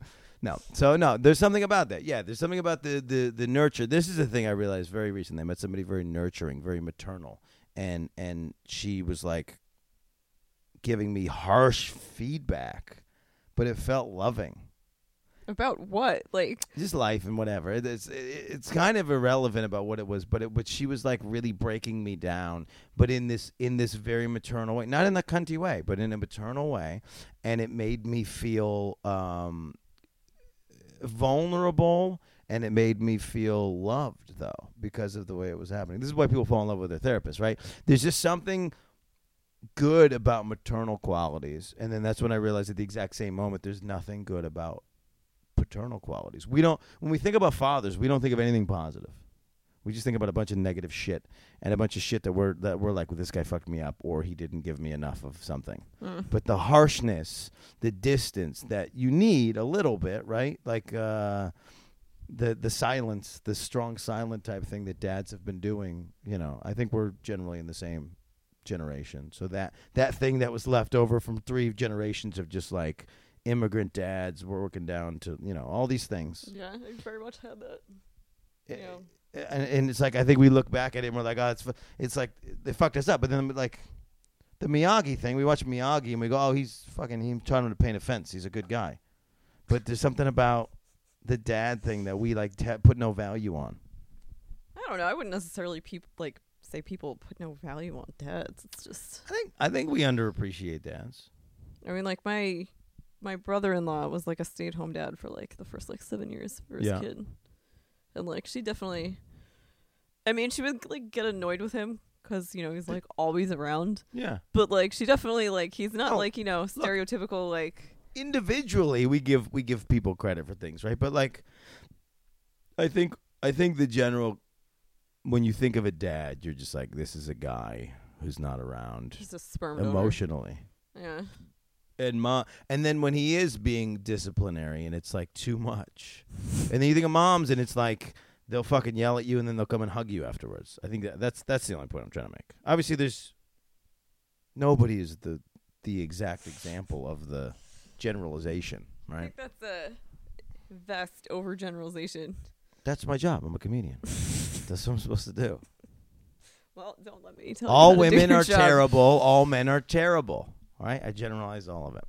[SPEAKER 1] *laughs* no, so no. There's something about that. Yeah, there's something about the the the nurture. This is a thing I realized very recently. I met somebody very nurturing, very maternal, and and she was like giving me harsh feedback, but it felt loving.
[SPEAKER 2] About what? Like,
[SPEAKER 1] just life and whatever. It- It's it- it's kind of irrelevant about what it was, but it but she was like really breaking me down, but in this in this very maternal way, not in the cunty way, but in a maternal way, and it made me feel um, vulnerable, and it made me feel loved though because of the way it was happening. This is why people fall in love with their therapist, right? There's just something good about maternal qualities, and then that's when I realized at the exact same moment there's nothing good about paternal qualities. We don't when we think about fathers, we don't think of anything positive. We just think about a bunch of negative shit and a bunch of shit that we're that we're like, well, this guy fucked me up or he didn't give me enough of something.
[SPEAKER 2] mm,
[SPEAKER 1] But the harshness, the distance that you need a little bit, right? Like uh the the silence, the strong silent type thing that dads have been doing, you know, I think we're generally in the same generation. So that that thing that was left over from three generations of just like immigrant dads working down to, you know, all these things.
[SPEAKER 2] yeah, I very much had that. Yeah.
[SPEAKER 1] And, and it's like I think we look back at it and we're like, oh, it's fu- it's like they fucked us up. But then like the Miyagi thing, we watch Miyagi and we go, oh, he's fucking he taught him to paint a fence. He's a good guy. But there's something about the dad thing that we like ta put no value on.
[SPEAKER 2] I don't know. I wouldn't necessarily peop- like say people put no value on dads. It's just
[SPEAKER 1] I think I think we underappreciate dads.
[SPEAKER 2] I mean, like my my brother in law was like a stay at home dad for like the first like seven years for his
[SPEAKER 1] Yeah.
[SPEAKER 2] kid, and like she definitely, I mean, she would like get annoyed with him because you know he's like always around,
[SPEAKER 1] Yeah.
[SPEAKER 2] but like she definitely like he's not
[SPEAKER 1] Oh,
[SPEAKER 2] like you know stereotypical like
[SPEAKER 1] individually we give we give people credit for things, right? But like I think I think the general when you think of a dad, you're just like this is a guy who's not around
[SPEAKER 2] he's a sperm donor.
[SPEAKER 1] emotionally.
[SPEAKER 2] Yeah,
[SPEAKER 1] And mom, and then when he is being disciplinary and it's like too much. And then you think of moms and it's like they'll fucking yell at you and then they'll come and hug you afterwards. I think that, that's that's the only point I'm trying to make. Obviously there's nobody is the the exact example of the generalization,
[SPEAKER 2] I
[SPEAKER 1] right?
[SPEAKER 2] think that's a vast overgeneralization.
[SPEAKER 1] That's my job. I'm a comedian. That's what I'm supposed to do.
[SPEAKER 2] Well, don't let me tell you
[SPEAKER 1] All
[SPEAKER 2] how to do
[SPEAKER 1] women
[SPEAKER 2] your
[SPEAKER 1] are
[SPEAKER 2] job.
[SPEAKER 1] terrible. All men are terrible. All right, I generalize all of it.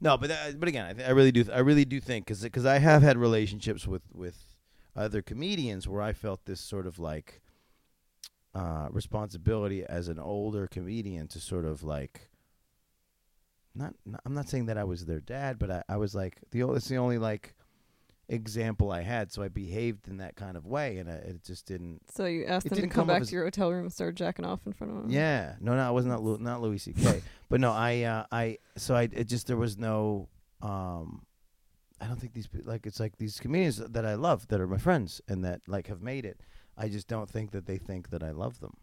[SPEAKER 1] No, but that, but again, I, th- I really do. I really do think because because I have had relationships with with other comedians where I felt this sort of like uh, responsibility as an older comedian to sort of like not, not- I'm not saying that I was their dad, but I, I was like the only it's the only like example I had, so I behaved in that kind of way, and I, it just didn't
[SPEAKER 2] So you asked
[SPEAKER 1] It
[SPEAKER 2] them to
[SPEAKER 1] didn't
[SPEAKER 2] come
[SPEAKER 1] come off
[SPEAKER 2] back
[SPEAKER 1] as-
[SPEAKER 2] to your hotel room and start jacking off in front of him.
[SPEAKER 1] Yeah, no, no, I was not Lou, not Louis
[SPEAKER 2] *laughs*
[SPEAKER 1] C.K. but no, I, uh, I, so I, it just there was no, um, I don't think these pe- like it's like these comedians that I love that are my friends and that like have made it. I just don't think that they think that I love them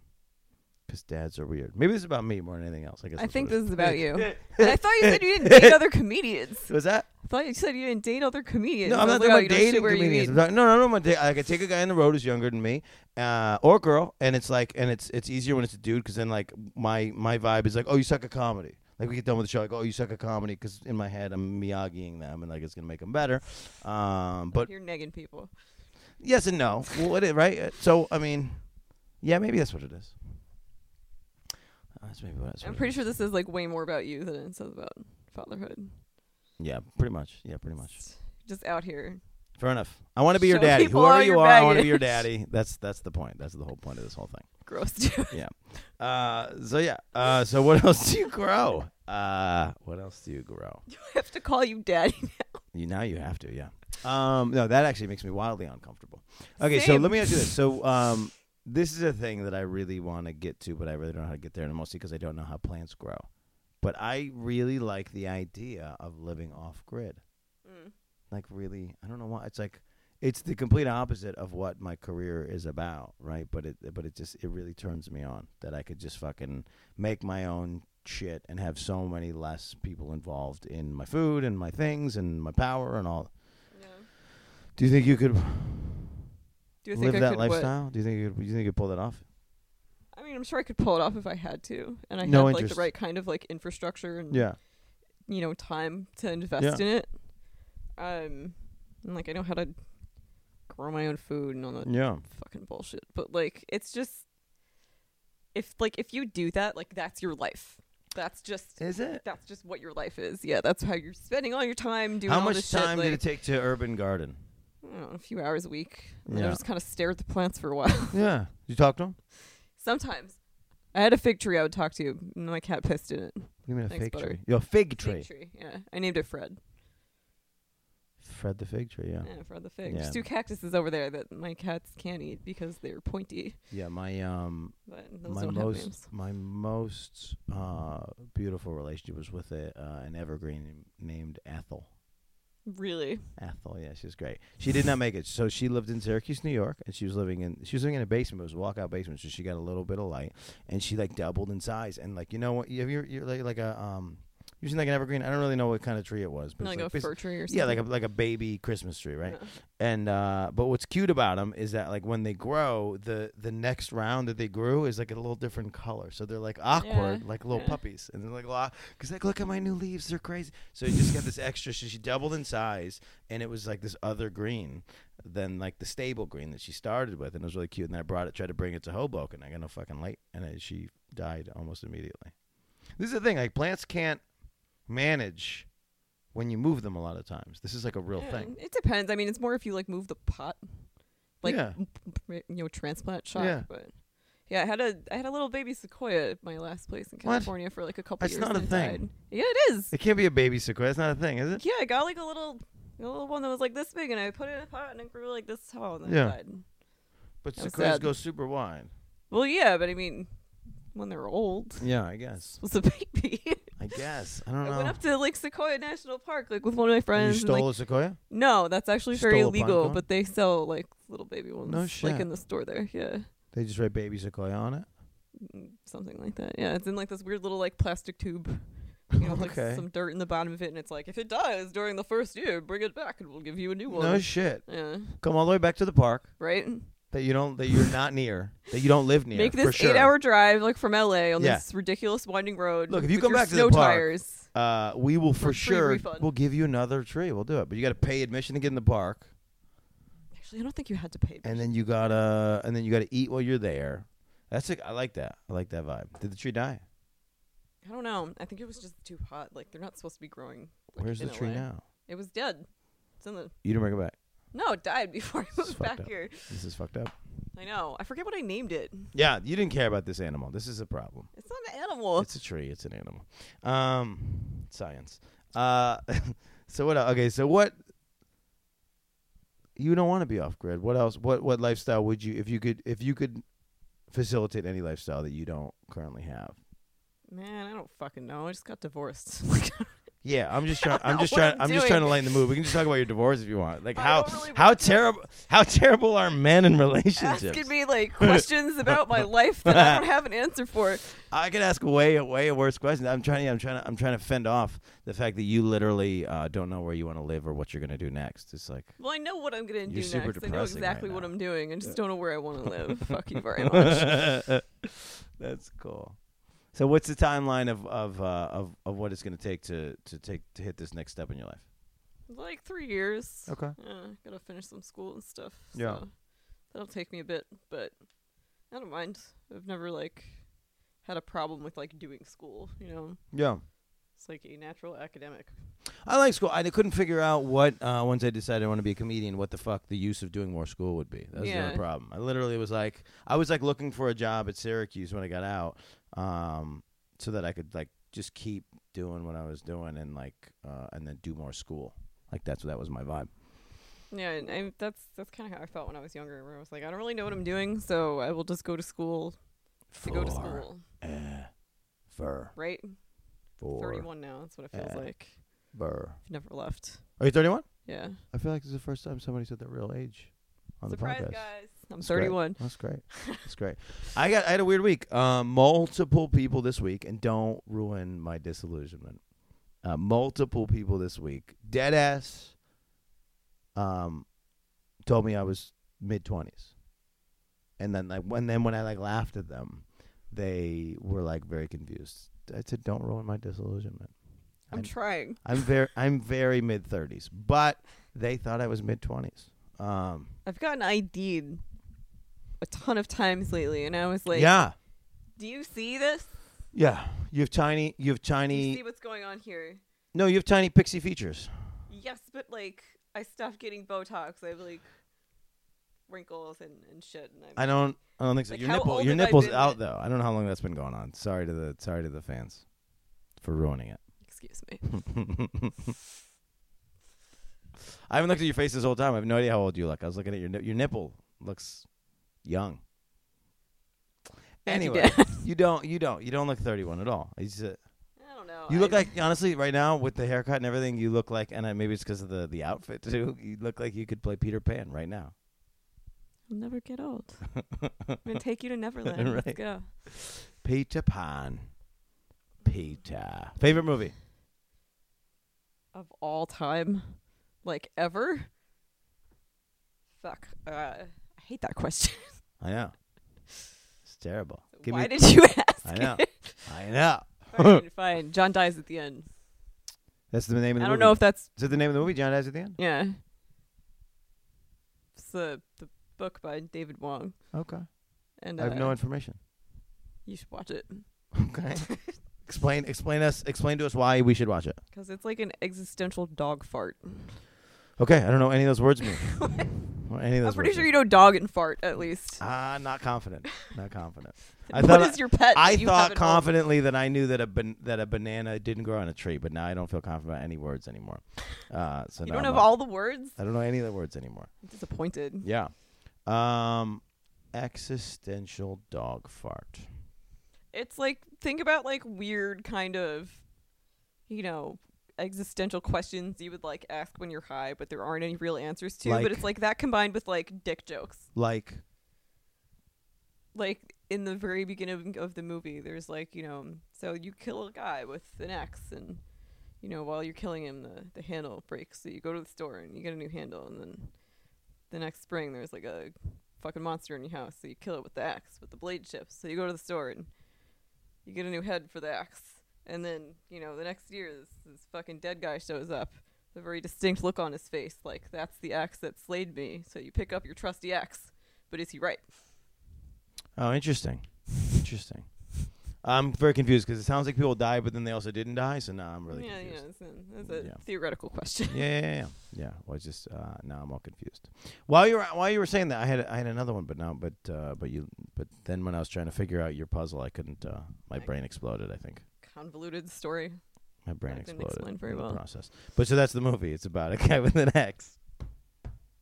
[SPEAKER 1] because dads are weird. Maybe this is about me more than anything else. I guess
[SPEAKER 2] I
[SPEAKER 1] that's
[SPEAKER 2] think
[SPEAKER 1] what it
[SPEAKER 2] this is about
[SPEAKER 1] *laughs*
[SPEAKER 2] you.
[SPEAKER 1] is.
[SPEAKER 2] And I thought you said you didn't date other comedians.
[SPEAKER 1] was that.
[SPEAKER 2] I thought you said you didn't date other comedians.
[SPEAKER 1] No,
[SPEAKER 2] I
[SPEAKER 1] I'm
[SPEAKER 2] was
[SPEAKER 1] not talking
[SPEAKER 2] like, oh,
[SPEAKER 1] about
[SPEAKER 2] you don't shit
[SPEAKER 1] dating
[SPEAKER 2] where you
[SPEAKER 1] comedians.
[SPEAKER 2] eat.
[SPEAKER 1] I'm talking- no, no, no. I'm not da- I could take a guy on the road who's younger than me, uh, or a girl, and it's like, and it's it's easier when it's a dude because then like my my vibe is like, oh, you suck at comedy. Like we get done with the show, like, oh, you suck at comedy, because in my head I'm miyagiing them, and like it's gonna make them better. Um, but
[SPEAKER 2] You're negging people.
[SPEAKER 1] yes and no. Well, it is right. Uh, So I mean, yeah, maybe that's what it is. Uh, That's maybe what that's
[SPEAKER 2] I'm
[SPEAKER 1] what it
[SPEAKER 2] pretty
[SPEAKER 1] is.
[SPEAKER 2] sure this is like way more about you than it says about fatherhood.
[SPEAKER 1] Yeah, pretty much. Yeah, pretty much.
[SPEAKER 2] It's Just out here.
[SPEAKER 1] Fair enough. I want to
[SPEAKER 2] *laughs*
[SPEAKER 1] be your
[SPEAKER 2] Show
[SPEAKER 1] daddy.
[SPEAKER 2] people
[SPEAKER 1] Whoever
[SPEAKER 2] all
[SPEAKER 1] you
[SPEAKER 2] your
[SPEAKER 1] are, I want to be
[SPEAKER 2] *laughs*
[SPEAKER 1] your
[SPEAKER 2] baggage.
[SPEAKER 1] daddy. That's that's the point. That's the whole point of this whole thing.
[SPEAKER 2] Gross, *laughs* dude.
[SPEAKER 1] Uh, so yeah. Uh, so what *laughs* else do you grow? Uh, what else do you grow?
[SPEAKER 2] I have to call you daddy.
[SPEAKER 1] You now you have to, yeah. Um, no, that actually makes me wildly uncomfortable. Okay, so
[SPEAKER 2] Same.
[SPEAKER 1] let me ask you this. So um, this is a thing that I really want to get to, but I really don't know how to get there, and mostly because I don't know how plants grow. But I really like the idea of living off grid.
[SPEAKER 2] Mm.
[SPEAKER 1] Like, really, I don't know why. It's like it's the complete opposite of what my career is about, right? But it, but it just, it really turns me on that I could just fucking make my own shit and have so many less people involved in my food and my things and my power and all.
[SPEAKER 2] Yeah.
[SPEAKER 1] Do you think you could
[SPEAKER 2] Do you think
[SPEAKER 1] live
[SPEAKER 2] I
[SPEAKER 1] that
[SPEAKER 2] could? what-
[SPEAKER 1] lifestyle? Do you think you could, do you think you could pull that off?
[SPEAKER 2] I mean, I'm sure I could pull it off if I had to, and I
[SPEAKER 1] No
[SPEAKER 2] had like
[SPEAKER 1] interest.
[SPEAKER 2] the right kind of like infrastructure and
[SPEAKER 1] Yeah.
[SPEAKER 2] you know time to invest in it. Um, and like I know how to grow my own food and all that
[SPEAKER 1] Yeah.
[SPEAKER 2] fucking bullshit. But like, it's just if like if you do that, like that's your life. That's just
[SPEAKER 1] Is it?
[SPEAKER 2] that's just what your life is. Yeah, that's how you're spending all your time doing.
[SPEAKER 1] How
[SPEAKER 2] all
[SPEAKER 1] much
[SPEAKER 2] this
[SPEAKER 1] time
[SPEAKER 2] shit,
[SPEAKER 1] did
[SPEAKER 2] like,
[SPEAKER 1] it take to urban garden?
[SPEAKER 2] I don't know, a few hours a week. And
[SPEAKER 1] Yeah.
[SPEAKER 2] I just kind of stare at the plants for a while.
[SPEAKER 1] *laughs*
[SPEAKER 2] *laughs*
[SPEAKER 1] Yeah. You talk to him?
[SPEAKER 2] Sometimes I had a fig tree I would talk to, and my cat pissed in it.
[SPEAKER 1] Give me a
[SPEAKER 2] Thanks,
[SPEAKER 1] fig
[SPEAKER 2] butter.
[SPEAKER 1] tree. Yo, fig tree.
[SPEAKER 2] Fig tree. Yeah, I named it Fred.
[SPEAKER 1] Fred the fig tree, yeah.
[SPEAKER 2] Yeah, Fred the fig.
[SPEAKER 1] Yeah.
[SPEAKER 2] There's two cactuses over there that my cats can't eat because they're pointy.
[SPEAKER 1] Yeah, my um
[SPEAKER 2] But those
[SPEAKER 1] my
[SPEAKER 2] don't have
[SPEAKER 1] most
[SPEAKER 2] names.
[SPEAKER 1] my most uh beautiful relationship was with a uh, an evergreen named Ethel.
[SPEAKER 2] Really?
[SPEAKER 1] Ethel, yeah, she was great. She did not make it. So she lived in Syracuse, New York, and she was living in she was living in a basement. It was a walkout basement, so she got a little bit of light, and she like doubled in size. And like you know what, you you're, you're like like a um, you've seen like an evergreen. I don't really know what kind of tree it was, but
[SPEAKER 2] Like,
[SPEAKER 1] it's
[SPEAKER 2] a
[SPEAKER 1] basi-
[SPEAKER 2] fir tree or something?
[SPEAKER 1] yeah, like a like a baby Christmas tree, right?
[SPEAKER 2] Yeah.
[SPEAKER 1] And uh, but what's cute about them is that like when they grow, the the next round that they grew is like a little different color. So they're like awkward,
[SPEAKER 2] Yeah,
[SPEAKER 1] like little
[SPEAKER 2] yeah.
[SPEAKER 1] puppies, and they're like, "Wow," because like look at my new leaves, they're crazy. So you just got this extra. So she doubled in size, and it was like this other green than like the stable green that she started with, and it was really cute. And I brought it, tried to bring it to Hoboken. I got no fucking light, and then she died almost immediately. This is the thing, like plants can't manage when you move them a lot of times. This is like a real
[SPEAKER 2] Yeah,
[SPEAKER 1] thing.
[SPEAKER 2] It depends. I mean, it's more if you like move the pot, like
[SPEAKER 1] Yeah.
[SPEAKER 2] m- m- you know, transplant shock.
[SPEAKER 1] Yeah.
[SPEAKER 2] But yeah, I had a I had a little baby sequoia at my last place in
[SPEAKER 1] What?
[SPEAKER 2] California for like a couple
[SPEAKER 1] That's
[SPEAKER 2] years.
[SPEAKER 1] not
[SPEAKER 2] and
[SPEAKER 1] a
[SPEAKER 2] it
[SPEAKER 1] thing.
[SPEAKER 2] died. Yeah, it is.
[SPEAKER 1] It can't be a baby sequoia. That's not a thing, is it?
[SPEAKER 2] Yeah, I got like a little a little one that was like this big, and I put it in a pot, and it grew like this tall, and then
[SPEAKER 1] Yeah.
[SPEAKER 2] it died.
[SPEAKER 1] But
[SPEAKER 2] That was
[SPEAKER 1] sequoias
[SPEAKER 2] sad.
[SPEAKER 1] go super wide.
[SPEAKER 2] Well, yeah, but I mean, when they're old,
[SPEAKER 1] Yeah, I guess.
[SPEAKER 2] it was a *laughs* baby.
[SPEAKER 1] I guess. I don't
[SPEAKER 2] I
[SPEAKER 1] know.
[SPEAKER 2] went up to like Sequoia National Park, like with one of my friends.
[SPEAKER 1] you
[SPEAKER 2] and, like,
[SPEAKER 1] stole a sequoia?
[SPEAKER 2] No, that's actually
[SPEAKER 1] You
[SPEAKER 2] very
[SPEAKER 1] stole a pine
[SPEAKER 2] illegal,
[SPEAKER 1] cone?
[SPEAKER 2] but they sell like little baby ones,
[SPEAKER 1] No
[SPEAKER 2] like
[SPEAKER 1] shit.
[SPEAKER 2] in the store there. Yeah,
[SPEAKER 1] They just write baby sequoia on it.
[SPEAKER 2] Mm, something like that. Yeah, it's in like this weird little like plastic tube. You know, with, like
[SPEAKER 1] Okay.
[SPEAKER 2] some dirt in the bottom of it, and it's like if it dies during the first year, bring it back, and we'll give you a new one.
[SPEAKER 1] No shit.
[SPEAKER 2] yeah,
[SPEAKER 1] Come all the way back to the park
[SPEAKER 2] right.
[SPEAKER 1] that you don't that you're not near that you don't live near.
[SPEAKER 2] Make
[SPEAKER 1] for
[SPEAKER 2] this
[SPEAKER 1] sure.
[SPEAKER 2] eight-hour drive like from LA on
[SPEAKER 1] Yeah.
[SPEAKER 2] this ridiculous winding road.
[SPEAKER 1] Look, if you
[SPEAKER 2] with
[SPEAKER 1] come
[SPEAKER 2] your
[SPEAKER 1] back to the
[SPEAKER 2] snow
[SPEAKER 1] park-
[SPEAKER 2] tires,
[SPEAKER 1] Uh, we will for
[SPEAKER 2] free
[SPEAKER 1] sure.
[SPEAKER 2] refund.
[SPEAKER 1] We'll give you another tree. We'll do it. But you got to pay admission to get in the park,
[SPEAKER 2] actually, I don't think you had to pay.
[SPEAKER 1] and then you gotta and then you gotta eat while you're there. That's it. I like that. I like that vibe. Did the tree die?
[SPEAKER 2] I don't know. I think it was just too hot. Like they're not supposed to be growing. like,
[SPEAKER 1] Where's
[SPEAKER 2] in
[SPEAKER 1] the tree
[SPEAKER 2] LA.
[SPEAKER 1] now?
[SPEAKER 2] It was dead. It's in the
[SPEAKER 1] You didn't bring it back.
[SPEAKER 2] no. It died *laughs* before I
[SPEAKER 1] This is
[SPEAKER 2] moved
[SPEAKER 1] fucked
[SPEAKER 2] back
[SPEAKER 1] up.
[SPEAKER 2] here.
[SPEAKER 1] This is fucked up.
[SPEAKER 2] I know. I forget what I named it.
[SPEAKER 1] Yeah, you didn't care about this animal. This is a problem.
[SPEAKER 2] It's not an animal.
[SPEAKER 1] It's a tree. It's an animal. Um, science. Uh, *laughs* so what? el- Okay, so what? You don't want to be off grid. What else? What what lifestyle would you if you could if you could facilitate any lifestyle that you don't currently have?
[SPEAKER 2] Man, I don't fucking know. I just got
[SPEAKER 1] *laughs*
[SPEAKER 2] divorced. Like,
[SPEAKER 1] Yeah, I'm just
[SPEAKER 2] *laughs*
[SPEAKER 1] trying.
[SPEAKER 2] I don't
[SPEAKER 1] I'm
[SPEAKER 2] know
[SPEAKER 1] just
[SPEAKER 2] what
[SPEAKER 1] trying.
[SPEAKER 2] I'm
[SPEAKER 1] I'm, just
[SPEAKER 2] doing.
[SPEAKER 1] trying to lighten the mood. We can just talk about your divorce if you want. Like
[SPEAKER 2] I
[SPEAKER 1] how
[SPEAKER 2] don't really
[SPEAKER 1] how
[SPEAKER 2] want to.
[SPEAKER 1] terrible how terrible are men in relationships?
[SPEAKER 2] asking me
[SPEAKER 1] *laughs*
[SPEAKER 2] like questions about my life that I don't have an answer for.
[SPEAKER 1] I could ask way way worse questions. I'm trying. I'm trying. I'm trying to fend off the fact that you literally uh, don't know where you want to live or what you're gonna do next. It's like *laughs*
[SPEAKER 2] Well, I know what I'm gonna do
[SPEAKER 1] You're super
[SPEAKER 2] next. I know
[SPEAKER 1] depressing right
[SPEAKER 2] exactly what
[SPEAKER 1] now.
[SPEAKER 2] I'm doing. I just don't know where I want
[SPEAKER 1] *laughs*
[SPEAKER 2] to live. Fuck you very much.
[SPEAKER 1] that's cool. So what's the timeline of of uh, of of what it's gonna take to to take to hit this next step in your life?
[SPEAKER 2] Like three years.
[SPEAKER 1] Okay.
[SPEAKER 2] Yeah, gotta finish some school and stuff.
[SPEAKER 1] Yeah.
[SPEAKER 2] so that'll take me a bit, but I don't mind. I've never like had a problem with like doing school. You know,
[SPEAKER 1] Yeah.
[SPEAKER 2] it's like a natural academic.
[SPEAKER 1] I like school. I couldn't figure out what uh, once I decided I want to be a comedian, what the fuck the use of doing more school would be. That was the
[SPEAKER 2] Yeah.
[SPEAKER 1] only problem. I literally was like, I was like looking for a job at Syracuse when I got out, um, so that I could like just keep doing what I was doing and like uh, and then do more school. Like that's that was my vibe.
[SPEAKER 2] Yeah, and I, that's that's kind of how I felt when I was younger. Where I was like, I don't really know what I'm doing, so I will just go to school to go to school.
[SPEAKER 1] Fur.
[SPEAKER 2] Right?
[SPEAKER 1] Four. Eh.
[SPEAKER 2] 31 now. That's what it feels
[SPEAKER 1] Yeah.
[SPEAKER 2] like.
[SPEAKER 1] Burr.
[SPEAKER 2] I've never left.
[SPEAKER 1] Are you 31?
[SPEAKER 2] Yeah.
[SPEAKER 1] I feel like this is the first time somebody said their real age on
[SPEAKER 2] Surprise,
[SPEAKER 1] the podcast.
[SPEAKER 2] guys! I'm
[SPEAKER 1] That's great.
[SPEAKER 2] 31.
[SPEAKER 1] That's great. That's great. I got. I had a weird week. Um, multiple people this week, and don't ruin my disillusionment. Uh, multiple people this week, dead ass, um, told me I was mid twenties, and then like when then when I like laughed at them, they were like very confused. I said, "Don't ruin my disillusionment."
[SPEAKER 2] I'm
[SPEAKER 1] I-
[SPEAKER 2] trying.
[SPEAKER 1] I'm very *laughs* I'm very mid thirties, but they thought I was mid twenties. Um,
[SPEAKER 2] I've gotten ID'd a ton of times lately, and I was like,
[SPEAKER 1] yeah,
[SPEAKER 2] "Do you see this?
[SPEAKER 1] yeah. You have tiny, you have
[SPEAKER 2] Do you
[SPEAKER 1] tiny.
[SPEAKER 2] see what's going on here?"
[SPEAKER 1] No, you have tiny pixie features.
[SPEAKER 2] Yes, but like, I stopped getting Botox. I have like wrinkles and and shit, and I'm
[SPEAKER 1] I don't. I don't think so.
[SPEAKER 2] Like,
[SPEAKER 1] your
[SPEAKER 2] how
[SPEAKER 1] nipple,
[SPEAKER 2] old
[SPEAKER 1] your
[SPEAKER 2] have I
[SPEAKER 1] nipple's
[SPEAKER 2] been
[SPEAKER 1] out
[SPEAKER 2] then?
[SPEAKER 1] though. I don't know how long that's been going on. Sorry to the, sorry to the fans, for ruining it. *laughs*
[SPEAKER 2] excuse me.
[SPEAKER 1] I haven't looked at your face this whole time. I have no idea how old you look. I was looking at your nip- your nipple. Looks young.
[SPEAKER 2] Thank you,
[SPEAKER 1] Anyway,
[SPEAKER 2] *laughs* Dad.
[SPEAKER 1] you don't. You don't. You don't look 31 at all. It's, uh,
[SPEAKER 2] I don't know.
[SPEAKER 1] You look
[SPEAKER 2] Oh, I-
[SPEAKER 1] like honestly right now with the haircut and everything. You look like, and I, maybe it's because of the the outfit too. You look like you could play Peter Pan right now.
[SPEAKER 2] I'll never
[SPEAKER 1] *laughs*
[SPEAKER 2] get old. I'm gonna take you to Neverland.
[SPEAKER 1] Right.
[SPEAKER 2] Let's go.
[SPEAKER 1] Peter Pan. Peter. Favorite movie?
[SPEAKER 2] Of all time, like ever. Fuck. Uh, I hate that question.
[SPEAKER 1] I know. It's terrible. *laughs* Give
[SPEAKER 2] Why
[SPEAKER 1] me.
[SPEAKER 2] did you *laughs* ask?
[SPEAKER 1] I know. *laughs* I know.
[SPEAKER 2] fine, fine. John dies at the end.
[SPEAKER 1] That's the name of
[SPEAKER 2] I
[SPEAKER 1] the
[SPEAKER 2] don't
[SPEAKER 1] movie.
[SPEAKER 2] know if that's
[SPEAKER 1] Is it the name of the movie? John dies at the end.
[SPEAKER 2] yeah. It's the the book by David Wong,
[SPEAKER 1] Okay.
[SPEAKER 2] and
[SPEAKER 1] I have no
[SPEAKER 2] uh, *laughs*
[SPEAKER 1] information.
[SPEAKER 2] You should watch it
[SPEAKER 1] Okay. explain. Explain us. Explain to us why we should watch it.
[SPEAKER 2] because it's like an existential dog fart.
[SPEAKER 1] Okay. I don't know any of those words
[SPEAKER 2] *laughs*
[SPEAKER 1] mean. Or any of those
[SPEAKER 2] I'm pretty
[SPEAKER 1] words
[SPEAKER 2] sure
[SPEAKER 1] mean.
[SPEAKER 2] you know dog and fart at least.
[SPEAKER 1] Ah, not confident. Not
[SPEAKER 2] *laughs*
[SPEAKER 1] confident. I
[SPEAKER 2] What is
[SPEAKER 1] thought I-
[SPEAKER 2] your pet?
[SPEAKER 1] I
[SPEAKER 2] that you have
[SPEAKER 1] thought
[SPEAKER 2] at home?
[SPEAKER 1] confidently that I knew that a ban- that a banana didn't grow on a tree, but now I don't feel confident about any words anymore. Uh, so
[SPEAKER 2] You
[SPEAKER 1] now
[SPEAKER 2] don't
[SPEAKER 1] I'm
[SPEAKER 2] have
[SPEAKER 1] up.
[SPEAKER 2] all the words.
[SPEAKER 1] I don't know any of the words anymore.
[SPEAKER 2] I'm disappointed.
[SPEAKER 1] Yeah. Um, existential dog fart.
[SPEAKER 2] It's like think about like weird kind of, you know, existential questions you would like ask when you're high, but there aren't any real answers to.
[SPEAKER 1] Like-
[SPEAKER 2] but it's like that combined with like dick jokes.
[SPEAKER 1] Like
[SPEAKER 2] like in the very beginning of the movie there's like you know so you kill a guy with an axe and you know while you're killing him the, the handle breaks so you go to the store and you get a new handle and then the next spring there's like a fucking monster in your house so you kill it with the axe with the blade chips so you go to the store and you get a new head for the axe and then you know the next year this, this fucking dead guy shows up with a very distinct look on his face like that's the axe that slayed me so you pick up your trusty axe but is he right
[SPEAKER 1] oh, interesting, interesting. I'm very confused because it sounds like people died, but then they also didn't die. So now I'm really
[SPEAKER 2] yeah,
[SPEAKER 1] confused.
[SPEAKER 2] yeah, it's an- it's a
[SPEAKER 1] Yeah.
[SPEAKER 2] theoretical question.
[SPEAKER 1] yeah, yeah, yeah. Yeah. Well, it's just uh, now I'm all confused. While you were while you were saying that, I had I had another one, but now, but uh, but you, but then when I was trying to figure out your puzzle, I couldn't. Uh, my brain exploded. I think
[SPEAKER 2] *laughs* Convoluted story.
[SPEAKER 1] my brain
[SPEAKER 2] That didn't
[SPEAKER 1] exploded
[SPEAKER 2] explain very
[SPEAKER 1] in the
[SPEAKER 2] well.
[SPEAKER 1] process. But so that's the movie. It's about a guy *laughs* with an axe.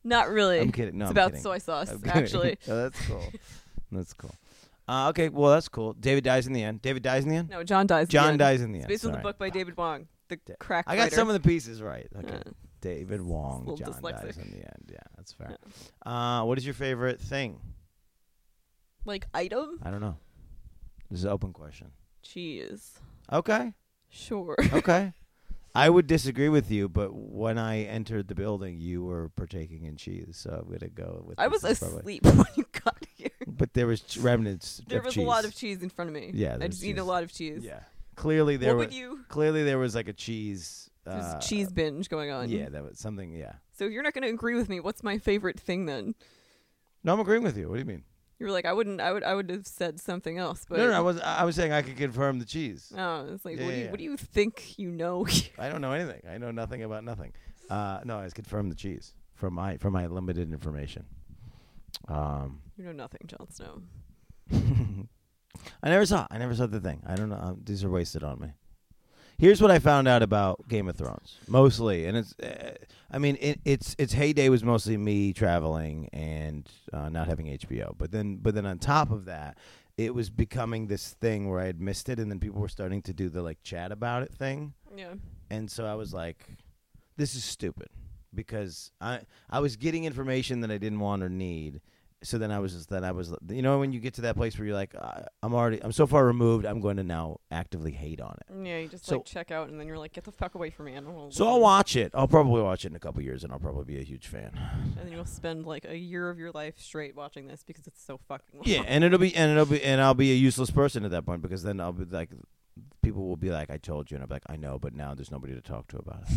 [SPEAKER 2] Not really.
[SPEAKER 1] I'm kidding. No,
[SPEAKER 2] it's
[SPEAKER 1] I'm
[SPEAKER 2] about
[SPEAKER 1] kidding.
[SPEAKER 2] soy *laughs* sauce,
[SPEAKER 1] I'm kidding. *laughs*
[SPEAKER 2] actually.
[SPEAKER 1] Oh, that's
[SPEAKER 2] *laughs*
[SPEAKER 1] cool. that's cool. Uh, okay, well that's cool. David dies in the end. David dies in the end.
[SPEAKER 2] No, John dies. at the
[SPEAKER 1] John
[SPEAKER 2] end.
[SPEAKER 1] dies in the
[SPEAKER 2] It's
[SPEAKER 1] end.
[SPEAKER 2] based on the
[SPEAKER 1] Sorry.
[SPEAKER 2] book by David Wong, the
[SPEAKER 1] Da-
[SPEAKER 2] crack.
[SPEAKER 1] I got
[SPEAKER 2] writer.
[SPEAKER 1] some of the pieces right. Okay.
[SPEAKER 2] Yeah.
[SPEAKER 1] David Wong.
[SPEAKER 2] little
[SPEAKER 1] John dies
[SPEAKER 2] dyslexic.
[SPEAKER 1] in the end. Yeah, that's fair. Uh, what is your favorite thing?
[SPEAKER 2] like item
[SPEAKER 1] I don't know. This is an open question.
[SPEAKER 2] cheese.
[SPEAKER 1] Okay. *laughs*
[SPEAKER 2] Sure. *laughs*
[SPEAKER 1] Okay. I would disagree with you, but when I entered the building, you were partaking in cheese, so I'm gonna go with.
[SPEAKER 2] I
[SPEAKER 1] this
[SPEAKER 2] was
[SPEAKER 1] is probably-
[SPEAKER 2] asleep *laughs* when you got here.
[SPEAKER 1] But there was ch- remnants.
[SPEAKER 2] There
[SPEAKER 1] of
[SPEAKER 2] was
[SPEAKER 1] cheese.
[SPEAKER 2] a lot of cheese in front of me.
[SPEAKER 1] Yeah,
[SPEAKER 2] I
[SPEAKER 1] there's
[SPEAKER 2] just need a
[SPEAKER 1] cheese.
[SPEAKER 2] lot of cheese.
[SPEAKER 1] Yeah. Clearly there was.
[SPEAKER 2] what would you?
[SPEAKER 1] Clearly there was like a cheese.
[SPEAKER 2] There's
[SPEAKER 1] uh,
[SPEAKER 2] a cheese binge going on.
[SPEAKER 1] Yeah, that was something. Yeah.
[SPEAKER 2] So if you're not going to agree with me. What's my favorite thing then?
[SPEAKER 1] No, I'm agreeing with you. What do you mean?
[SPEAKER 2] You were like, I wouldn't. I would. I would have said something else. But
[SPEAKER 1] no, no, I was. I was saying I could confirm the cheese.
[SPEAKER 2] Oh, it's like,
[SPEAKER 1] Yeah,
[SPEAKER 2] what, do
[SPEAKER 1] yeah,
[SPEAKER 2] you,
[SPEAKER 1] yeah.
[SPEAKER 2] what do you think you know? *laughs*
[SPEAKER 1] I don't know anything. I know nothing about nothing. Uh, no, I was confirmed the cheese from my from my limited information. Um,
[SPEAKER 2] you know nothing, Jon Snow.
[SPEAKER 1] *laughs* I never saw. I never saw the thing. I don't know. Um, these are wasted on me. Here's what I found out about Game of Thrones, mostly, and it's, uh, I mean, it, it's its heyday was mostly me traveling and uh, not having HBO, but then, but then on top of that, it was becoming this thing where I had missed it, and then people were starting to do the like chat about it thing,
[SPEAKER 2] Yeah.
[SPEAKER 1] and so I was like, this is stupid because I I was getting information that I didn't want or need. So then I was just then I was you know when you get to that place where you're like I, I'm already I'm so far removed I'm going to now actively hate on it.
[SPEAKER 2] Yeah, you just
[SPEAKER 1] So-
[SPEAKER 2] like check out and then you're like, get the fuck away from me. I don't wanna
[SPEAKER 1] So
[SPEAKER 2] listen
[SPEAKER 1] I'll
[SPEAKER 2] to
[SPEAKER 1] watch it. I'll probably watch it in a couple years, and I'll probably be a huge fan.
[SPEAKER 2] this." And then you'll spend like a year of your life straight watching this because it's so fucking long.
[SPEAKER 1] Yeah, and it'll be and it'll be and I'll be a useless person at that point because then I'll be like, people will be like, "I told you," and I'll be like, "I know," but now there's nobody to talk to about it.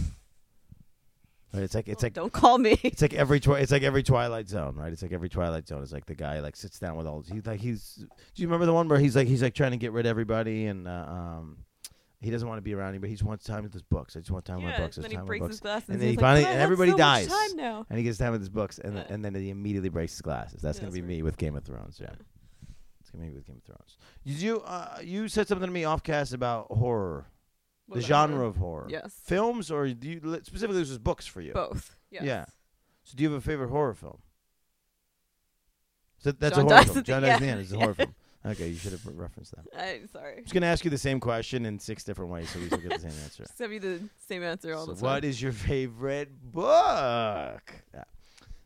[SPEAKER 1] Right? It's like it's
[SPEAKER 2] Oh,
[SPEAKER 1] like
[SPEAKER 2] don't
[SPEAKER 1] *laughs*
[SPEAKER 2] call me.
[SPEAKER 1] it's like every twi- it's like every Twilight Zone, right? It's like every Twilight Zone is like the guy like sits down with all he's like he's. Do you remember the one where he's like he's like trying to get rid of everybody and uh, um, he doesn't want to be around anybody. He just wants time with his books. I just want time with my
[SPEAKER 2] yeah,
[SPEAKER 1] books. I just
[SPEAKER 2] and then he
[SPEAKER 1] time with my
[SPEAKER 2] breaks
[SPEAKER 1] books.
[SPEAKER 2] his glasses.
[SPEAKER 1] And
[SPEAKER 2] And
[SPEAKER 1] then
[SPEAKER 2] then
[SPEAKER 1] he
[SPEAKER 2] he's
[SPEAKER 1] finally-
[SPEAKER 2] like, "But I
[SPEAKER 1] and
[SPEAKER 2] had
[SPEAKER 1] everybody
[SPEAKER 2] so
[SPEAKER 1] dies."
[SPEAKER 2] Much time now.
[SPEAKER 1] and he gets time with his books, and
[SPEAKER 2] Yeah.
[SPEAKER 1] and then he immediately breaks his glasses. That's
[SPEAKER 2] Yeah,
[SPEAKER 1] gonna
[SPEAKER 2] that's
[SPEAKER 1] be me with Game of Thrones. Yeah,
[SPEAKER 2] Yeah.
[SPEAKER 1] it's gonna be me with Game of Thrones. Did you uh, you said something to me off cast about horror,
[SPEAKER 2] What
[SPEAKER 1] the
[SPEAKER 2] about
[SPEAKER 1] genre
[SPEAKER 2] horror?
[SPEAKER 1] of horror.
[SPEAKER 2] Yes.
[SPEAKER 1] films or do you li- specifically this was books for you?
[SPEAKER 2] Both. Yes.
[SPEAKER 1] Yeah. So do you have a favorite horror film? So that's
[SPEAKER 2] John
[SPEAKER 1] a horror
[SPEAKER 2] dies
[SPEAKER 1] film.
[SPEAKER 2] at the *laughs*
[SPEAKER 1] John dies at the
[SPEAKER 2] end.
[SPEAKER 1] end is a horror film. Okay, you should have referenced that. I'm
[SPEAKER 2] I'm sorry.
[SPEAKER 1] just gonna ask you the same question in six different ways, so we still get the same
[SPEAKER 2] *laughs*
[SPEAKER 1] answer.
[SPEAKER 2] Just have you the same answer all
[SPEAKER 1] So
[SPEAKER 2] the time.
[SPEAKER 1] what is your favorite book? Yeah.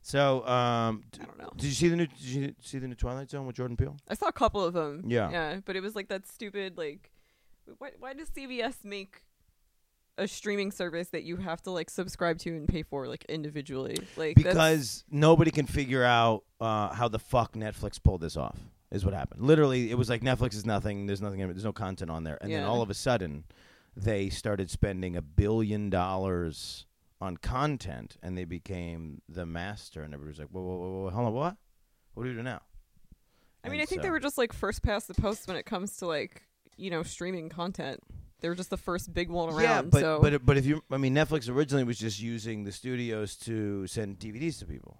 [SPEAKER 1] So, um, d-
[SPEAKER 2] I don't know.
[SPEAKER 1] did you see the new did you see the new Twilight Zone with Jordan Peele?
[SPEAKER 2] I saw a couple of them.
[SPEAKER 1] Yeah.
[SPEAKER 2] Yeah, but it was like that stupid like, why why does CBS make a streaming service that you have to like subscribe to and pay for like individually? Like that's-
[SPEAKER 1] Because nobody can figure out uh, how the fuck Netflix pulled this off. Is what happened. Literally, it was like Netflix is nothing. There's nothing. There's no content on there. And then
[SPEAKER 2] Yeah.
[SPEAKER 1] all of a sudden, they started spending a billion dollars on content, and they became the master. And everybody was like, "Whoa, whoa, whoa, whoa, hold on, what? What do we do now?"
[SPEAKER 2] I mean,
[SPEAKER 1] And
[SPEAKER 2] I think
[SPEAKER 1] so-
[SPEAKER 2] they were just like first past the post when it comes to like you know streaming content. They were just the first big one around.
[SPEAKER 1] Yeah, but
[SPEAKER 2] so
[SPEAKER 1] but it- but if you, I mean, Netflix originally was just using the studios to send DVDs to people,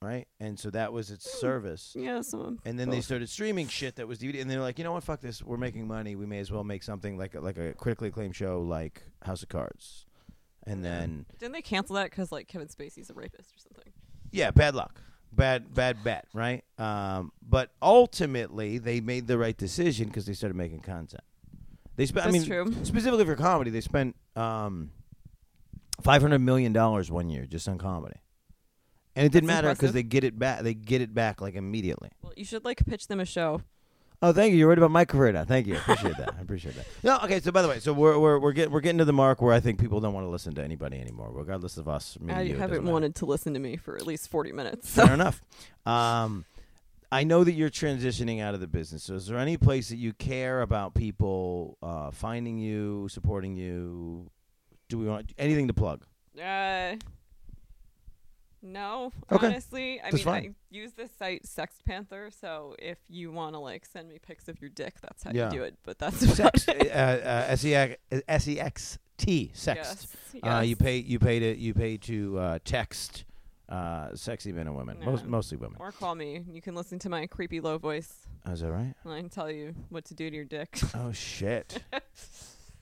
[SPEAKER 1] right? And so that was
[SPEAKER 2] Hmm.
[SPEAKER 1] its service.
[SPEAKER 2] yeah, some
[SPEAKER 1] And then they
[SPEAKER 2] both.
[SPEAKER 1] started streaming shit that was DVD, and they're like, you know what, fuck this, we're making money, we may as well make something like a, like a critically acclaimed show like House of Cards, and then
[SPEAKER 2] didn't they cancel that because like Kevin Spacey's a rapist or something?
[SPEAKER 1] yeah, bad luck, bad bad bet, right? Um, but ultimately, they made the right decision because they started making content. They spent, I
[SPEAKER 2] That's
[SPEAKER 1] mean,
[SPEAKER 2] true.
[SPEAKER 1] specifically for comedy, they spent um, five hundred million dollars one year just on comedy, and it didn't
[SPEAKER 2] That's
[SPEAKER 1] matter because
[SPEAKER 2] impressive.
[SPEAKER 1] they get it back. They get it back like immediately.
[SPEAKER 2] Well, you should like pitch them a show.
[SPEAKER 1] Oh, thank you. You're right about my career now. Thank you. I appreciate that. I appreciate that. No, okay. So by the way, so we're we're we're getting we're getting to the mark where I think people don't want to listen to anybody anymore, regardless of us. Me,
[SPEAKER 2] I
[SPEAKER 1] you, it doesn't
[SPEAKER 2] haven't
[SPEAKER 1] matter.
[SPEAKER 2] wanted to listen to me for at least forty minutes. So
[SPEAKER 1] Fair enough. Um, I know that you're transitioning out of the business. So, is there any place that you care about people uh, finding you, supporting you? Do we want anything to plug?
[SPEAKER 2] Uh, no.
[SPEAKER 1] Okay.
[SPEAKER 2] Honestly, I
[SPEAKER 1] That's
[SPEAKER 2] mean,
[SPEAKER 1] fine.
[SPEAKER 2] I use this site Sex Panther, so if you want to like send me pics of your dick, that's how
[SPEAKER 1] Yeah.
[SPEAKER 2] you do it. But that's
[SPEAKER 1] Sex, uh, uh, S E X S E X T, sext.
[SPEAKER 2] Yes,
[SPEAKER 1] Uh, you
[SPEAKER 2] yes.
[SPEAKER 1] pay. You pay to. You pay to uh, text. Uh, sexy men and women, Most,
[SPEAKER 2] Yeah.
[SPEAKER 1] mostly women.
[SPEAKER 2] or call me. You can listen to my creepy low voice,
[SPEAKER 1] Is that right?
[SPEAKER 2] and I can tell you what to do to your dick. *laughs*
[SPEAKER 1] Oh shit.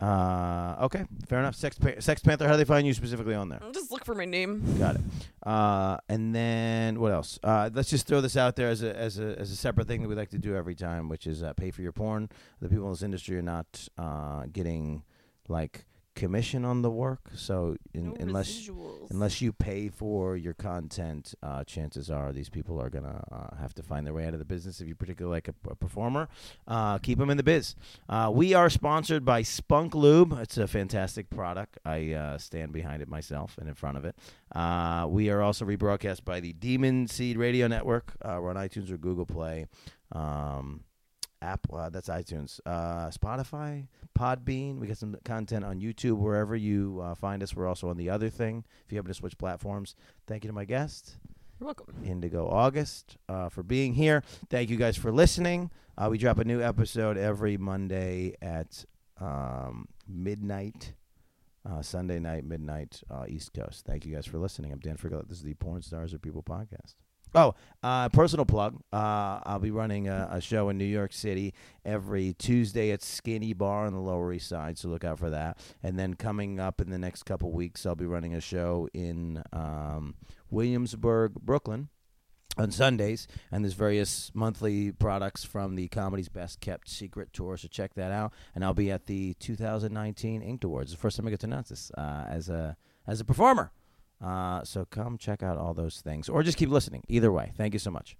[SPEAKER 1] uh, okay, fair enough. Sex, pa- Sex Panther. How do they find you specifically on there?
[SPEAKER 2] Just look for my name.
[SPEAKER 1] Got it. Uh, and then what else? Uh, let's just throw this out there as a as a as a separate thing that we like to do every time, which is uh, pay for your porn. The people in this industry are not uh, getting like commission on the work, so in,
[SPEAKER 2] No
[SPEAKER 1] unless
[SPEAKER 2] residuals.
[SPEAKER 1] unless you pay for your content, uh, chances are these people are gonna uh, have to find their way out of the business. If you particularly like a, a performer, uh, keep them in the biz. Uh, we are sponsored by Spunk Lube. It's a fantastic product. I uh, stand behind it myself and in front of it. Uh, we are also rebroadcast by the Demon Seed Radio Network. Uh, we're on iTunes or Google Play. Um, Apple, uh, that's iTunes, uh, Spotify, Podbean. We got some content on YouTube wherever you uh, find us. We're also on the other thing. If you happen to switch platforms, thank you to my guest,
[SPEAKER 2] You're welcome.
[SPEAKER 1] Indigo August, uh, for being here. Thank you guys for listening. Uh, we drop a new episode every Monday at um, midnight, uh, Sunday night, midnight, uh, East Coast. Thank you guys for listening. I'm Dan Frigolette. This is the Porn Stars or People podcast. Oh, uh, personal plug. Uh, I'll be running a, a show in New York City every Tuesday at Skinny Bar on the Lower East Side, so look out for that. And then coming up in the next couple weeks, I'll be running a show in um, Williamsburg, Brooklyn on Sundays, and there's various monthly products from the comedy's best kept secret tour. So check that out. And I'll be at the 2019 Inked Awards. It's the first time I get to announce this uh, as a as a performer. Uh, so come check out all those things, or just keep listening. Either way, thank you so much.